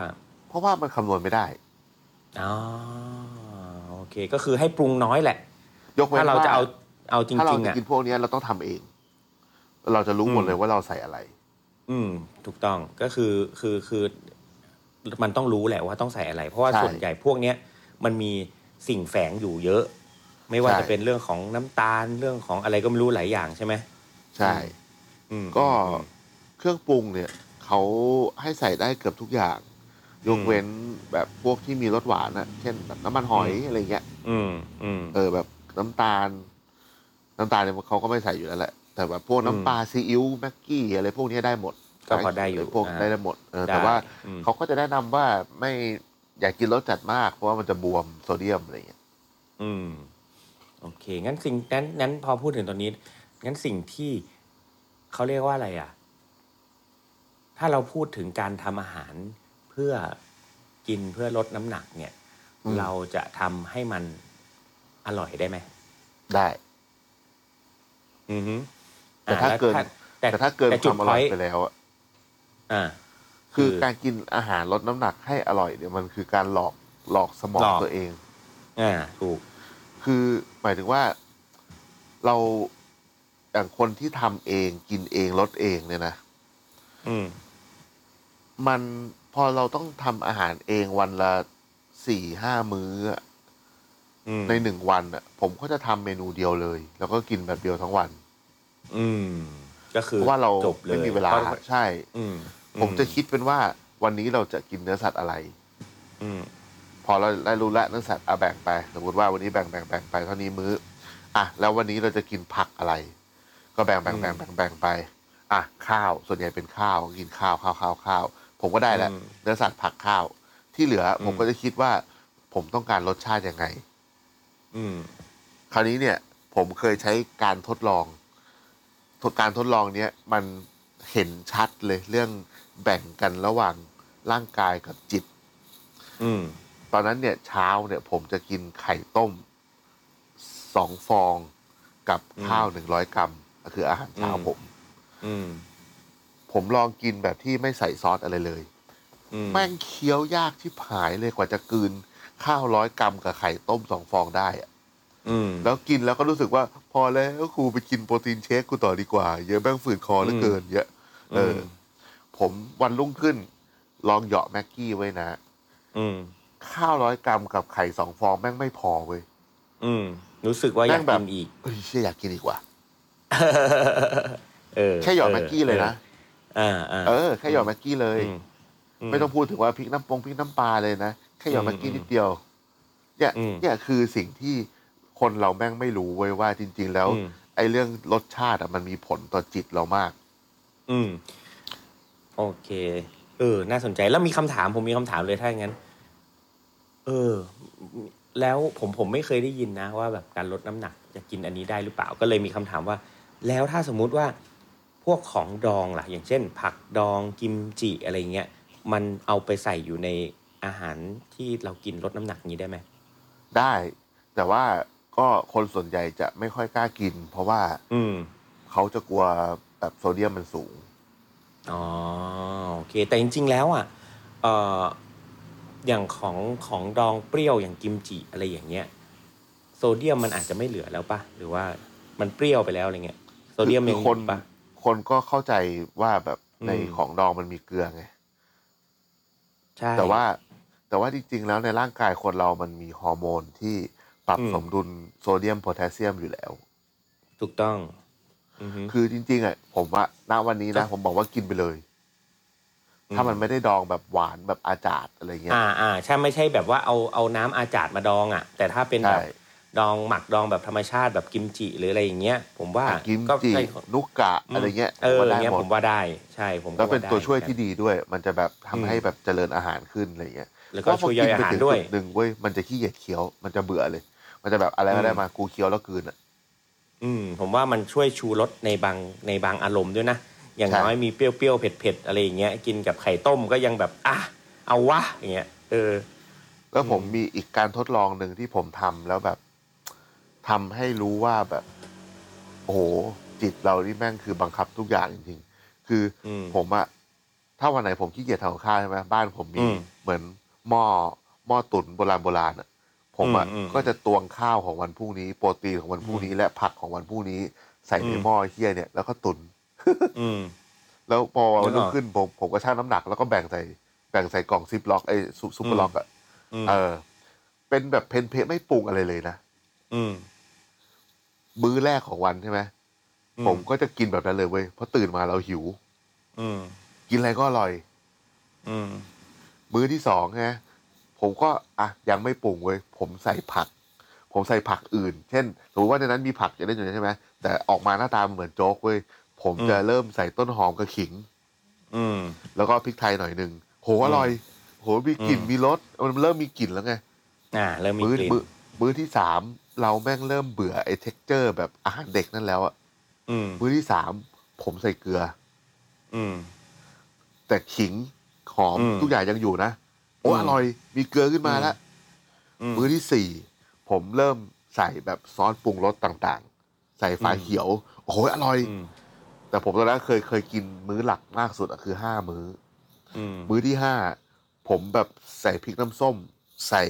เพราะว่ามันคำนวณไม่ได้
อ๋อโอเคก็คือให้ปรุงน้อยแหละ
ยกเว้น
ถ้าเรา
ว่า
จะเอาเอาจ
ถ้าเรา
ริงๆ
จะ
อ่ะ
กินพวกเนี้ยเราต้องทำเอง เราจะรู้หมด
อืม
เลยว่าเราใส่อะไร
อืม ถูกต้องก็คือคือคือ มันต้องรู้แหละว่าต้องใส่อะไร เพราะว่า
ใช่
ส่วนใหญ่พวกเนี้ยมันมีสิ่งแฝงอยู่เยอะ ไม่ว่า
ใช่
จะเป็นเรื่องของน้ำตาลเรื่องของอะไรก็ไม่รู้หลายอย่างใช่ไหม
ใช่
อืม
ก็
อืม
เครื่องปรุงเนี่ยเขาให้ใส่ได้เกือบทุกอย่าง ยกเว้นแบบพวกที่มีรสหวานอะเช่นแบบน้ำมันหอย
อืม
อะไรเงี้ย
อืมอืม
เออแบบน้ำตาล น้ำตาลเนี่ยเขาก็ไม่ใส่อยู่แล้วแหละ แต่แบบพวก
อืม
น้ำปลาซีอิ๊วแม็กกี้อะไรพวกเนี้ยได้หมด
ก็พอได้อยู่
พวก
อ่า
ได้หมดเออแต่ว่า
อืม
เขาก็จะแนะนำว่าไม่อย่ากกินรสจัดมาก เพราะว่ามันจะบวมโซเดียมอะไรเงี้ย
อืมโอเค งั้นสิ่งนั้นนั้นพอพูดถึงตอนนี้ งั้นสิ่งที่เขาเรียกว่าอะไรอ่ะ ถ้าเราพูดถึงการทำอาหารเพื่อกินเพื่อลดน้ำหนักเนี่ย เราจะทำให้มันอร่อยได้ไหม
ได้
อือฮึ
แต่ถ้า
อ่ะล้ว
เกิน แต่ถ้าเกิน
แต่
ค
จุด
วามอร่อย
point
ไปแล้วอะ
อ่า
คือ
คือ
การกินอาหารลดน้ำหนักให้อร่อยเนี่ยมันคือการหลอกหลอกสมอ
หล
ง
อก
ตัวเอง
อ่าถูก
คือหมายถึงว่าเราอย่างคนที่ทำเองกินเองลดเองเนี่ยนะ
อืม
มันพอเราต้องทำอาหารเองวันละสี่ห้ามื้ออะ
อืม
ในหนึ่งวันอะผมก็จะทำเมนูเดียวเลย แล้วก็กินแบบเดียวทั้งวัน
อืม ก็คื
เพ
อ
ราะว่าเรา
จบเลย
ไม่มีเวลา
พระ
ใช่
อืม
ผมจะคิดเป็นว่าวันนี้เราจะกินเนื้อสัตว์อะไร
อืม
พอเราได้รู้แล้วเนื้อสัตว์เอาแบ่งไป สมมติว่าวันนี้แบ่งแบ่งแบ่งไปเท่านี้มื้อ อ่ะแล้ววันนี้เราจะกินผักอะไร ก็แบ่งแบ่งแบ่งแบ่งแบ่งไป อ่ะข้าวส่วนใหญ่เป็นข้าวกินข้าวข้าวข้าวข้าวผมก็ได้แล้ว
อืม
เนื้อสัตว์ผักข้าว ที่เหลืออ
ม
ผมก็จะคิดว่า ผมต้องการรสชาติยังไง
อืม
คราวนี้เนี่ย ผมเคยใช้การทดลองทดการทดลองเนี้ยมันเห็นชัดเลยเรื่องแบ่งกันระหว่างร่างกายกับจิต
อืม
ตอนนั้นเนี่ยเช้าเนี่ยผมจะกินไข่ต้มสองฟองกับ
อืม
ข้าวหนึ่งร้อยกรัมก็คืออาหารเช้า
อืม
ผม
อืม
ผมลองกินแบบที่ไม่ใส่ซอสอะไรเลย
อืม
แม่งเคี้ยวยากที่หายเลยกว่าจะกลืน ข้าวร้อยกรัมกับไข่ต้มสองฟองได้อะ
อืม
แล้วกินแล้วก็รู้สึกว่า พอแล้วครูไปกินโปรตีนเชคกูต่อดีกว่า เยอะแม่งฝืนคอเหลือเกินเยอะเอออ
ม
ผมวันรุ่งขึ้น ลองเหยาะแม็กกี้ไว้นะ
อืม
ข้าวร้อยกรัมกับไข่สองฟองแม่งไม่พอเว้ย
อืม รู้สึกว่าอยาก
แม่งแบ
กิ
บ
นอีก
เฮ้ยเชี่ยอยากกินอีกว่ะ
เออ
แค่หยอดแม็กกี้เลยนะ
อ่าอ่า
เออ แค่หยอดแม็กกี้เลย
ม
ไม่ต้องพูดถึงว่าพริกน้ำปงพริกน้ำปลาเลยนะ แค่หยอดแม็กกี้นิดเดียวเนี่ย
อืม
เนี่ยคือสิ่งที่คนเราแม่งไม่รู้เว้ยว่าจริง ๆ แล้ว
อืม
ไอ้เรื่องรสชาติอะมันมีผลต่อจิตเรามาก
อืม โอเค เออ น่าสนใจแล้วมีคำถามผมมีคำถามเลยถ้าอย่างนั้น เออ แล้วผมผมไม่เคยได้ยินนะ ว่าแบบการลดน้ำหนักจะกินอันนี้ได้หรือเปล่าก็เลยมีคำถามว่า แล้วถ้าสมมุติว่าพวกของดองล่ะ อย่างเช่น ผักดองกิมจิอะไรเงี้ยมันเอาไปใส่อยู่ในอาหารที่เรากินลดน้ำหนักนี้ได้ไหม
ได้ แต่ว่าก็คนส่วนใหญ่จะไม่ค่อยกล้ากิน เพราะว่า
อืม
เขาจะกลัว แบบโซเดียมมันสูง
อ๋อโอเค แต่จริง ๆ แล้วอ่ะเอ่ออย่างของของดองเปรี้ยวอย่างกิมจิอะไรอย่างเงี้ย โซเดียมมันอาจจะไม่เหลือแล้วป่ะ หรือว่ามันเปรี้ยวไปแล้วอะไรเงี้ยโซเดียม
คื
ยั
อง คน
อยู่ป่ะ
คนก็เข้าใจว่าแบบ
อืม
ในของดองมันมีเกลือไง
ใช่
แต่ว่าแต่ว่าจริงๆแล้วในร่างกายคนเรามันมีฮอร์โมนที่ปรับ
อืม
สมดุลโซเดียมโพแทสเซียมอยู่แล้ว
ถูกต้องอือฮึ
คือจริง ๆอ่ะผมว่าณวันนี้
ครั
นะ
บ
ผมบอกว่ากินไปเลย
อืม
ถ้ามันไม่ได้ดองแบบหวานแบบอาจาดอะไรเงี้ย
อ่าอ่าใช่ไม่ใช่แบบว่าเอาเอาน้ำอาจาดมาดองอ่ะ แต่ถ้าเป็นแบบ
ใช่
ดองหมักดองแบบธรรมชาติแบบกิมจิหรืออะไรอย่างเงี้ย ผมว่า
กิม
ก็
จิ
ได้
นุกกะอะไรเงี้ย
เออ
ผมว่า
อ
ได้
ย่างเงี้ย
หม
ผ
ด
มว่าได้ ใช่ผมก็
แล้วเป็น
ได้
ตัวช่วย
หมือ
ที่
นกัน
ดีด้วย มันจะแบบทำให้
อืม
แบบเจริญอาหารขึ้นอะไรเงี้ย
แล้วก็
เพระพ
ช่วยย่อยอาหารด้วย
กินไปถึงจุหนึ่งเว้ยมันจะขี้เหยียดเคี้ยวมันจะเบื่อเลย มันจะแบบอะไรก็ได้มากูเคี้ยวแล้วกลืนอ่ะ
อืมผมว่ามันช่วยชูรสในบางในบางอารมณ์ด้วยนะ อย่าง
ใช่
น้อยมีเปรี้ยวๆเผ็ดๆอะไรอย่างเงี้ยกินกับไข่ต้มก็ยังแบบอ่ะเอาวะอย่างเงี้ยเออ
แล้วผมมีอีกการทดลองหนึ่งที่ผมทำแล้วแบบทำให้รู้ว่าแบบ โอ้โห จิตเรานี่แม่งคือบังคับทุกอย่างจริงๆ คืออ
ม
ผมอะถ้าวันไหนผมขี้เกียจทำกับข้าวใช่ไหมบ้านผมมี
อืม
เหมือนหม้อหม้อตุ๋นโบราณโบราณอะผมอะ
อืมอืม
ก็จะตวงข้าวของวันพรุ่งนี้ โปรตีนของวันพรุ่งนี้ และผักของวันพรุ่งนี้ ใส่ใน
อืม
หม้อเฮียเนี่ยแล้วก็ตุน
อืม
แล้วพอ
นึ
วัน
กออก
รุ่งขึ้นผมผมก็ชั่งน้ำหนักแล้วก็แบ่งใส่แบ่งใส่กล่องซิปล็อกไอ้ซุซุปเปอร์ล็อกอะ
อืม
เออ เป็นแบบเพนเพไม่ปรุงอะไรเลยนะ
อืม
มื้อแรกของวันใช่ไหม
อื
ผมก็จะกินแบบนั้นเลยเว้ยเพราะตื่นมาเราหิว
อืม
กินอะไรก็อร่อย
อืม
มื้อที่สองใช่ไหมผมก็อ่ะยังไม่ปรุงเว้ยผมใส่ผัก ผมใส่ผักอื่น เช่นสมมติว่าในนั้นมีผักจะได้อยู่ใช่ไหมแต่ออกมาหน้าตาเหมือนโจ๊กเว้ยผมจะเริ่มใส่ต้นหอมกับขิง
อืม
แล้วก็พริกไทยหน่อยหนึ่งโหอร่อย โหมีกลิ่น
อืม
มีรสมันเริ่มมีกลิ่นแล้วไง
อ่าเริ่มมี
มื้อก
ลิ่น
มื้อมื้อที่สามเราแม่งเริ่มเบื่อไอ้เท็กเจอร์ แบบอาหารเด็กนั่นแล้วอะ
อืม
มื้อที่สามผมใส่เกลือ
อืม
แต่ขิงหอม
อืม
ทุกอย่างยังอยู่นะโอ้
อืม
อร่อยมีเกลือขึ้นมา
อืม
แล้ว
อืม
มื้อที่สี่ผมเริ่มใส่แบบซอสปรุงรสต่างๆ ใส่ฝา
อืม
เขียว โอ้โหอร่อย
อืม
แต่ผมตอนนั้นเคยเคยกินมื้อหลักมากสุดอะคือห้ามื้อ
อืม
มื้อที่ห้าผมแบบใส่พริกน้ำส้ม ใส่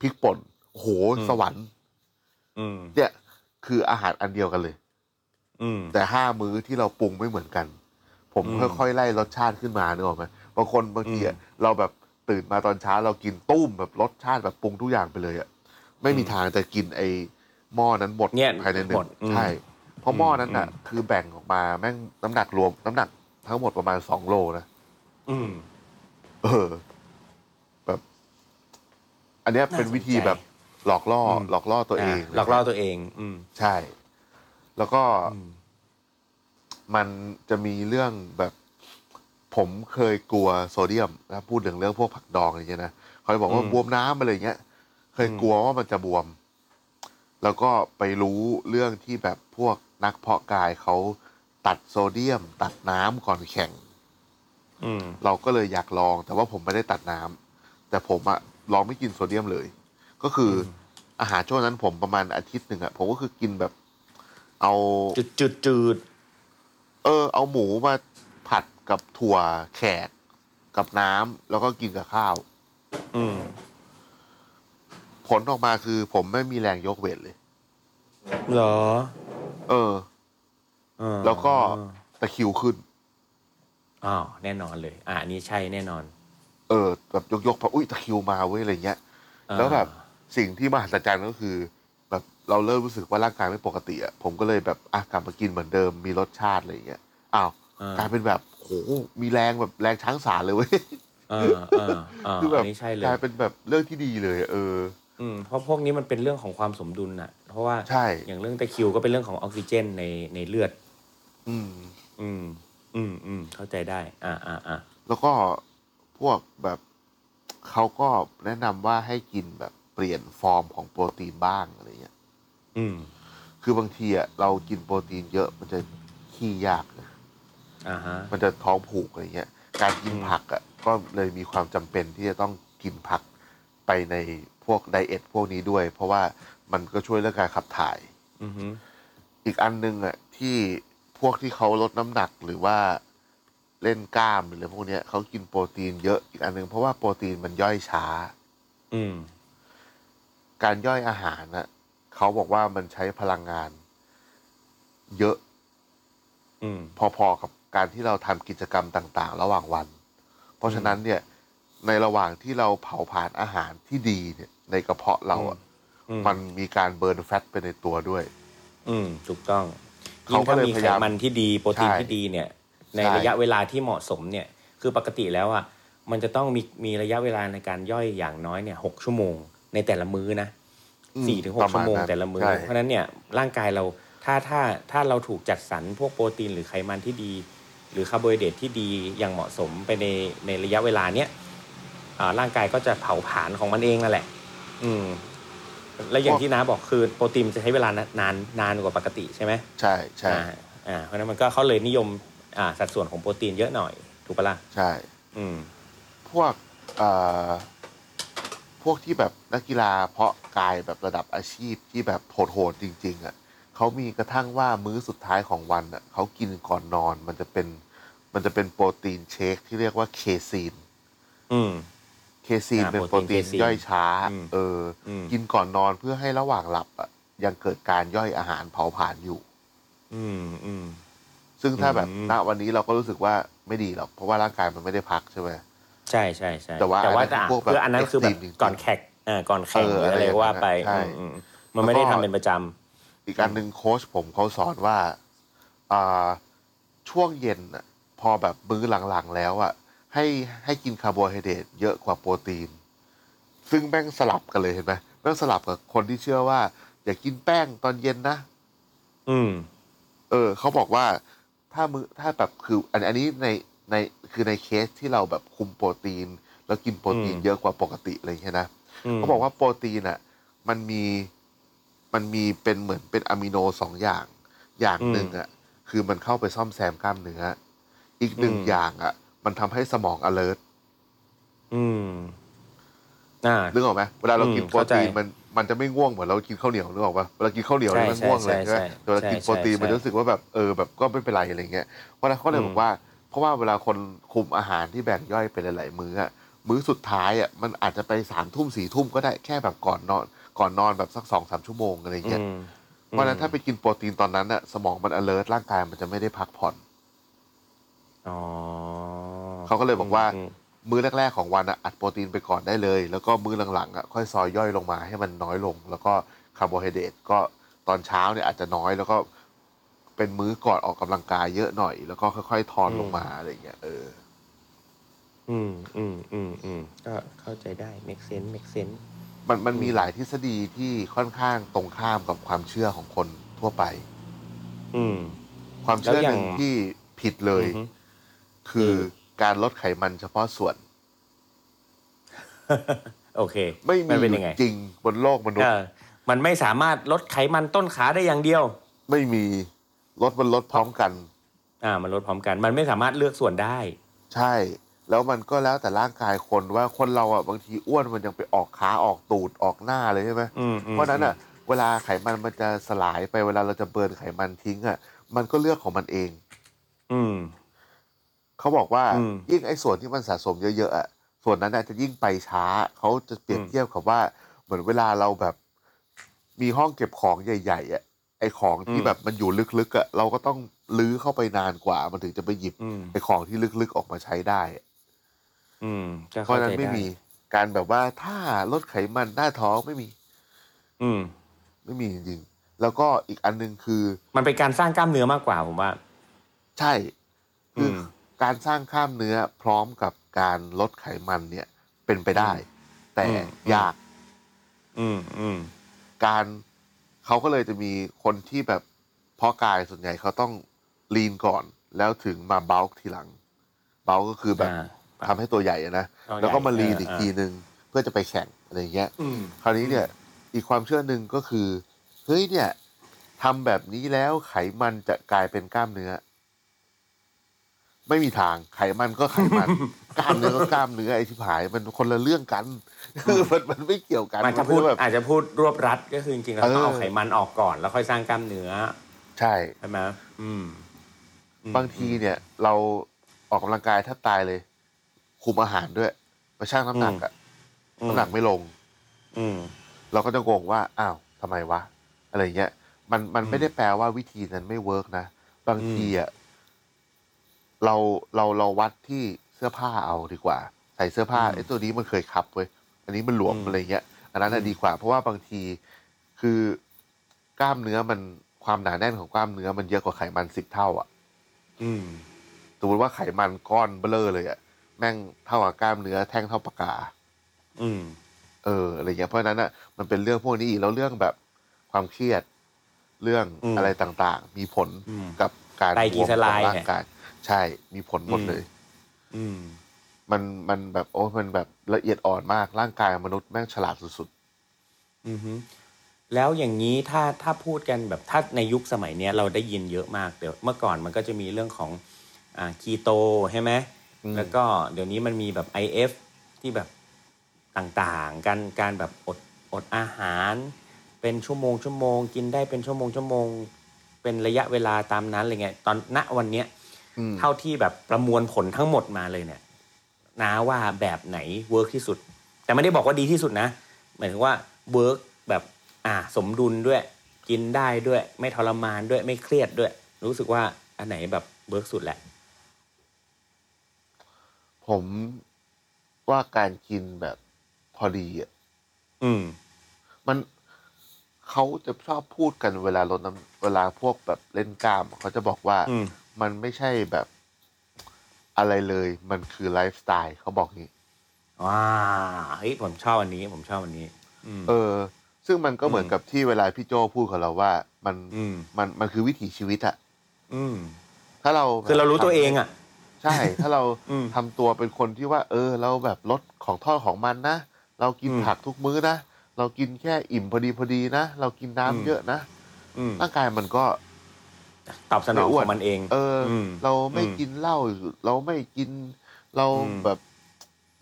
พริกป่นโอ้โห
อืม
สวรรค์
อืม
เนี่ยคืออาหารอันเดียวกันเลย
อืม
แต่ห้ามื้อที่เราปรุงไม่เหมือนกัน ผม
อืม
ค่อยๆไล่รสชาติขึ้นมาเนกอะไหมบางคนบางทีอะ
อืม
เราแบบตื่นมาตอนเช้าเรากินตุ้มแบบรสชาติแบบปรุงทุกอย่างไปเลยอะไม่มีทางจะกินไอ้หม้อนั้นหมด
เนี่ย
ภายในหนึ่
หม
ง
ดอืม
ใช่เพราะหม้อนั้นอะ
อืม
คือแบ่งออกมาแม่งน้ำหนักรวมน้ำหนักทั้งหมดประมาณสองโลนะ
อืม
เออ แบบ อันเนี้ย
น่า
เป็นวิธี
สนใจ
แบบหลอกล่ออ
ม
หลอกล่อตัวเอง
หลอกล่อตัวเอง อืม
ใช่ แล้วก็
อืม
มันจะมีเรื่องแบบ ผมเคยกลัวโซเดียมนะพูดถึงเรื่องพวกผักดองอะไรเงี้ยนะเขาจะบอกว่า
อืม
บวมน้ำอะไรเงี้ย เคย
อืม
กลัวว่ามันจะบวม แล้วก็ไปรู้เรื่องที่แบบพวกนักเพาะกายเขาตัดโซเดียม ตัดน้ำก่อนแข่ง
อืม
เราก็เลยอยากลอง แต่ว่าผมไม่ได้ตัดน้ำแต่ผมอะลองไม่กินโซเดียมเลย ก็คือออาหารช่วงนั้นผมประมาณอาทิตย์หนึ่งอะผมก็คือกินแบบ เอา
จุดจุดจืด
เออ เอาหมูมาผัดกับถั่วแขกกับน้ำแล้วก็กินกับข้าว
อืม
ผลออกมาคือ ผมไม่มีแรงยกเวทเลย
เหรอ
เออ
เออ
แล้วก็ตะคริวขึ้น
อ้าวแน่นอนเลย อ่าอันนี้ใช่แน่นอน
เออ แบบยกๆพออุ้ยตะคริวมาเว้ยอะไรเงี้ย
อ่า
แล้วแบบสิ่งที่มหัศจรรย์ก็คือ แบบเราเริ่มรู้สึกว่าร่างกายไม่ปกติอ่ะผมก็เลยแบบอ่ะกลับมากินเหมือนเดิมมีรสชาติอะไรอย่างเงี้ยอ้าว
อ่าก
ลายเป็นแบบโหมีแรงแบบแรงช้างสารเลยเว้ย
อ่าอ่าอ่า
คือแบบ
อันนี้ใช่เลย
กลายเป็นแบบเรื่องที่ดีเลย เออ
อืมเพราะพวกนี้มันเป็นเรื่องของความสมดุลน่ะ เพราะว่า
ใช่
อย่างเรื่องตะคริวก็เป็นเรื่องของออกซิเจนในในเลือด
อืม
อืม อืมอืมเข้าใจได้ อ่าอ่าอ่า
แล้วก็พวกแบบเขาก็แนะนำว่าให้กินแบบเปลี่ยนฟอร์มของโปรตีนบ้างอะไรเงี้ย
อืม
คือบางทีอ่ะเรากินโปรตีนเยอะมันจะขี้ยากนะ
อ่าฮะ
มันจะท้องผูกอะไรเงี้ย การกิน
อืม
ผักอ่ะก็เลยมีความจำเป็นที่จะต้องกินผักไปในพวกไดเอทพวกนี้ด้วย เพราะว่ามันก็ช่วยเรื่องการขับถ่าย
อือฮึ
อีกอันหนึงอ่ะที่ พวกที่เขาลดน้ำหนักหรือว่าเล่นกล้ามหรืออะไรพวกเนี้ยเขากินโปรตีนเยอะอีกอันหนึ่งเพราะว่าโปรตีนมันย่อยช้า
อืม
การย่อยอาหารน่ะเขาบอกว่ามันใช้พลังงาน เยอะ
อืม
พอๆกับการที่เราทำกิจกรรมต่าง ๆ ระหว่างวัน เพราะฉะนั้นเนี่ย ในระหว่างที่เราเผาผลาญอาหารที่ดีเนี่ย ในกระเพาะเราอ่ะ
อืม
มันมีการเบิร์นแฟตไปในตัวด้วย
อืมถูกต้อง
เขาก็เลย
งถ้
พยายาม
ไขมันที่ดีโปรตีน
ใช่
ที่ดีเนี่ย ใน
ใช่
ระยะเวลาที่เหมาะสมเนี่ย คือปกติแล้วอ่ะมันจะต้องมีมีระยะเวลาในการย่อยอย่างน้อยเนี่ยหกชั่วโมง ในแต่ละมื้อนะ
อืม
สี่ถึงห
ป
ก
ระา
ชั่
ณ
วโมง
นั้น
แต่ละมื้อ
ใช่
เพราะฉะนั้นเนี่ยร่างกายเราถ้าถ้าถ้าเราถูกจัดสรรพวกโปรตีนหรือไขมันที่ดี หรือคาร์โบไฮเดรตที่ดีอย่างเหมาะสมไปในในระยะเวลาเนี้ยอ่าร่างกายก็จะเผาผลาญของมันเองนั่นแหละ อืม แล้วอย่างที่น้าบอกคือโปรตีนมันจะใช้เวลานานานนานกว่าปกติใช่ไหม
ใช่ใช่
อ่าอ่าเพราะฉะนั้นมันก็เขาเลยนิยมอ่าสัดส่วนของโปรตีนเยอะหน่อย ถูกปะล่ะ
ใช่
อืม
พวกเอ่อพวกที่แบบนักกีฬาเพาะกายแบบระดับอาชีพที่แบบโหดๆจริง ๆ อ่ะเขามีกระทั่งว่ามื้อสุดท้ายของวันอ่ะเขากินก่อนนอน มันจะเป็นมันจะเป็นโปรตีนเชคที่เรียกว่าเคซีน
อืม
เคซีน
อ่า
เป็นโปรตีน
โปรตีน
ย่อยช้า
อืม
เอออ
ม
กินก่อนนอนเพื่อให้ระหว่างหลับอ่ะยังเกิดการย่อยอาหารเผาผลาญอยู่
อืมอืม
ซึ่งถ้าแบบ
อืม
ณวันนี้เราก็รู้สึกว่าไม่ดีหรอกเพราะว่าร่างกายมันไม่ได้พักใช่ไหม
ใช่ใช่ใช่
แต่ว่า
แต่ว่า
อันนั้นคือพวกแบบ
เพื่ออันนั้นคือแบบ
extreme จริงๆ
ก่อนแข่งอ่าก่อนแข่ง
เออ
หรืออะ
อะ
ไร
ไรอย่างนั้น
ว่าไป
ใช่
อืมอืมมันไม่ได้ทำเป็นประจำ
อีกอันหนึ่งโค้ชผมเขาสอนว่าอ่าช่วงเย็นน่ะพอแบบมื้อหลังๆแล้วอ่ะให้ให้กินคาร์โบไฮเดรตเยอะกว่าโปรตีน ซึ่งแม่งสลับกันเลยเห็นไหมแม่งสลับกับคนที่เชื่อว่า อย่ากินแป้งตอนเย็นนะ
อืม
เออเขาบอกว่าถ้ามือถ้าแบบคืออันอันนี้ในในคือในเคสที่เราแบบคุมโปรตีน แล้วกินโปรตีน
อืม
เยอะกว่าปกติอะไรอย่างเงี้ยนะ
ม
เขาบอกว่าโปรตีนอ่ะมันมีมันมีเป็นเหมือนเป็นอะมิโนสองอย่าง อย่างหนึ่งอ่ะคือมันเข้าไปซ่อมแซมกล้ามเนื้อ อีกหนึ่งอย่างอ่ะ มันทำให้สมอง alert
อืมอ่า
นึกออกไหมเวลาเรา
อืม
กินโปรตีน
เข้าใจ
มันมันจะไม่ง่วงเหมือนเรากินข้าวเหนียวนึกออกปะเวลากินข้าวเหนียว
ใช่
เนี่ยมันง่วงเลย
ใช่
ใช่ไหม
ใช่
แต่เวลากินโปรตีน
ใช่ใช่
มันจะรู้สึกว่าแบบเออแบบก็ไม่เป็นไรอะไรเงี้ยเพราะฉะนั้นเขาเลย
อืม
บอกว่า เพราะว่าเวลาคนคุมอาหารที่แบ่งย่อยเป็นหลายๆมื้ออะมื้อสุดท้ายอ่ะมันอาจจะไปสามทุ่มสี่ทุ่มก็ได้แค่แบบก่อนนอน ก่อนนอนแบบสักสองสามชั่วโมงอะไรเงี้ย
อืม
เพราะฉะนั้นถ้าไปกินโปรตีนตอนนั้นน่ะสมองมัน alert ร่างกายมันจะไม่ได้พักผ่อน
อ๋อ
เขาก็เลยบอกว่า
มม
มื้อแรก ๆ ของวันน่ะอัดโปรตีนไปก่อนได้เลย แล้วก็มื้อหลังๆอ่ะค่อยซอยย่อยลงมาให้มันน้อยลง แล้วก็คาร์โบไฮเดรตก็ตอนเช้าเนี่ยอาจจะน้อยแล้วก็เป็นมื้อก่อนออกกำลังกายเยอะหน่อย แล้วก็ค่อย ๆ ทอนลงมาอะไรอย่างเงี้ยเออ
อืมอืมอืมอืมก็เข้าใจได้ make sense make sense
มันมันมีหลายทฤษฎีที่ค่อนข้างตรงข้ามกับความเชื่อของคนทั่วไป
อืม
ความเชื่อ
แล้ว
ห
อย่าง
นึ่งที่ผิดเลย
อือฮึ
คืออ
ม
การลดไขมันเฉพาะส่วน
โอเค
ไม่มี
น
อ
เป็น
ยู่
ยังไง
จริงบนโลกมนุษ
เอ
ย์
อมันไม่สามารถลดไขมันต้นขาได้อย่างเดียว
ไม่มีรถมันลดพร้อมกัน
อ่า มันลดพร้อมกัน มันไม่สามารถเลือกส่วนได้
ใช่ แล้วมันก็แล้วแต่ร่างกายคนว่าคนเราอ่ะบางทีอ้วนมันยังไปออกขาออกตูดออกหน้าเลยใช่ไหม
อืมม
เพราะฉะนั้นอ่ะ เวลาไขมันมันจะสลายไปเวลาเราจะเบิร์นไขมันทิ้งอ่ะ มันก็เลือกของมันเอง
อืม
เขาบอกว่า
อืม
ยิ่งไอ้ส่วนที่มันสะสมเยอะๆอ่ะส่วนนั้นอาจจะยิ่งไปช้า เขาจะเปรียบ
อืม
เทียบกับว่าเหมือนเวลาเราแบบ มีห้องเก็บของใหญ่ๆอ่ะไอ้ของที่แบบมันอยู่ลึกๆอ่ะเราก็ต้องลื้อเข้าไปนานกว่า มันถึงจะไปหยิบ
อืม
ไอ้ของที่ลึกๆออกมาใช้ได้
อืมก็
เพราะ
เข้า
ฉะนั้น
ใจ
ไม่
ได้
มีการแบบว่าถ้าลดไขมันหน้าท้องไม่มี
อืม
ไม่มีจริงๆแล้วก็อีกอันหนึงคือ
มันเป็นการสร้างกล้ามเนื้อมากกว่าผมว่า
ใช่คืออ
ม
การสร้างข้ามเนื้อพร้อมกับการลดไขมันเนี่ยเป็นไปได้ แต่ยาก
อืมอืม
การเขาก็เลยจะมีคนที่แบบเพาะกายส่วนใหญ่เขาต้องลีนก่อน แล้วถึงมาเบลทีหลัง เบลก็คือแบบ
อ่า
ทำให้ตัวใหญ่อะนะ
ตัวใหญ่
แล้วก็มาลีน
เออ
อี
อี
ก
เออ
ทีนึงเพื่อจะไปแข่งอะไรอย่างเงี้ย
อืม
คราวนี้เนี่ยอีกความเชื่อหนึ่งก็คือเฮ้ยเนี่ยทำแบบนี้แล้วไขมันจะกลายเป็นกล้ามเนื้อ ไม่มีทางไขมันก็ไข มัน กล้ามเนื้อก็กล้ามเนื้อไอ้ที่ผาย มันคนละเรื่องกันคือ มันมันไม่เกี่ยวกัน
มันจะพูด
นแบบ
อาจจะพูดรวบรัดก็คือจริงๆเราต้องเอา
เออ
ไขมันออกก่อน แล้วค่อยสร้างกล้ามเนื้อ
ใช่
ใช่ไหมอืม อืม
บางทีเนี่ย เราออกกำลังกายถ้าตายเลย คุมอาหารด้วยมาชั่งน้ำหนักอะ
อืม
น้ำหนักไม่ลง
อืม
เราก็จะงงว่า อ้าวทำไมวะ อะไรเงี้ย มันมันไม่ได้แปลว่าวิธีนั้นไม่เวิร์กนะ บางทีอ่ะเราเราเราวัดที่เสื้อผ้าเอาดีกว่า ใส่เสื้อผ้า
อืม
ไอ้ตัวนี้มันเคยขับเว้ย อันนี้มันหลวม
อืม
อะไรเงี้ย อันนั้นนะดีกว่า เพราะว่าบางทีคือกล้ามเนื้อมันความหนาแน่นของกล้ามเนื้อมันเยอะกว่าไขมันสิบเท่าอ่ะ
อืม
สมมติว่าไขมันก้อนเบลอเลยอ่ะ แม่งเท่ากับกล้ามเนื้อแท่งเท่าปากกา
อืม
เอออะไรเงี้ยเพราะฉะนั้นอ่ะมันเป็นเรื่องพวกนี้อีกแล้วเรื่องแบบความเครียด เรื่อง
อืม
อะไรต่างๆ มีผล
อืม
กับการ
ไตรกลีเซอไรด์
บวมของร่างกายใช่มีผลหมด
อืม
เลย
อืม
มันมันแบบโอ้มันแบบละเอียดอ่อนมากร่างกายมนุษย์แม่งฉลาดสุด
อือฮึแล้วอย่างนี้ถ้าถ้าพูดกันแบบถ้าในยุคสมัยเนี้ยเราได้ยินเยอะมากเดี๋ยวเมื่อก่อนมันก็จะมีเรื่องของอ่าคีโตใช่ไหมแล้วก็เดี๋ยวนี้มันมีแบบ IF ที่แบบต่างๆ การการแบบอดอดอาหาร เป็นชั่วโมงชั่วโมง กินได้เป็นชั่วโมงชั่วโมง เป็นระยะเวลาตามนั้นอะไรเงี้ยตอนณวันเนี้ย
ๆอืม
เท่าที่แบบประมวลผลทั้งหมดมาเลยเนี่ยนาว่าแบบไหนเวิร์กที่สุด แต่ไม่ได้บอกว่าดีที่สุดนะ หมายถึงว่าเวิร์กแบบอ่าสมดุลด้วย กินได้ด้วย ไม่ทรมานด้วยไม่เครียดด้วย รู้สึกว่าอันไหนแบบเวิร์กสุดแหละ
ผมว่าการกินแบบพอดีอ่ะ
อืม
มันเขาจะชอบพูดกันเวลาลดน้ำเวลาพวกแบบเล่นกล้ามอะเขาจะบอกว่า
อืม
มันไม่ใช่แบบอะไรเลย มันคือไลฟ์สไตล์เขาบอกงี้
ว้าเฮ้ยผมชอบอันนี้ ผมชอบอันนี้ อืม
เออ ซึ่งมันก็เหมือน
อืม
กับที่เวลาพี่โจพูดกับเราว่า มัน
อืม
มันมันคือวิถีชีวิตอะ
อืม
ถ้าเรา
คือเรารู้ตัวเองอ่ะ
ใช่ ถ้าเรา
อืม
ทำตัวเป็นคนที่ว่า เออ เราแบบลดของทอดของมันนะ เรากิน
อืม
ผักทุกมื้อนะ เรากินแค่อิ่มพอดีพอดีนะ เรากินน้ำ
อืม
เยอะนะ
อืม
ร่างกายมันก็
ตอบสนอง
ไม่อ้
ข
วน
องมันเอง
เอออ
ม
เราไม่กินเหล้าเราไม่กิน เรา
อืม
แบบ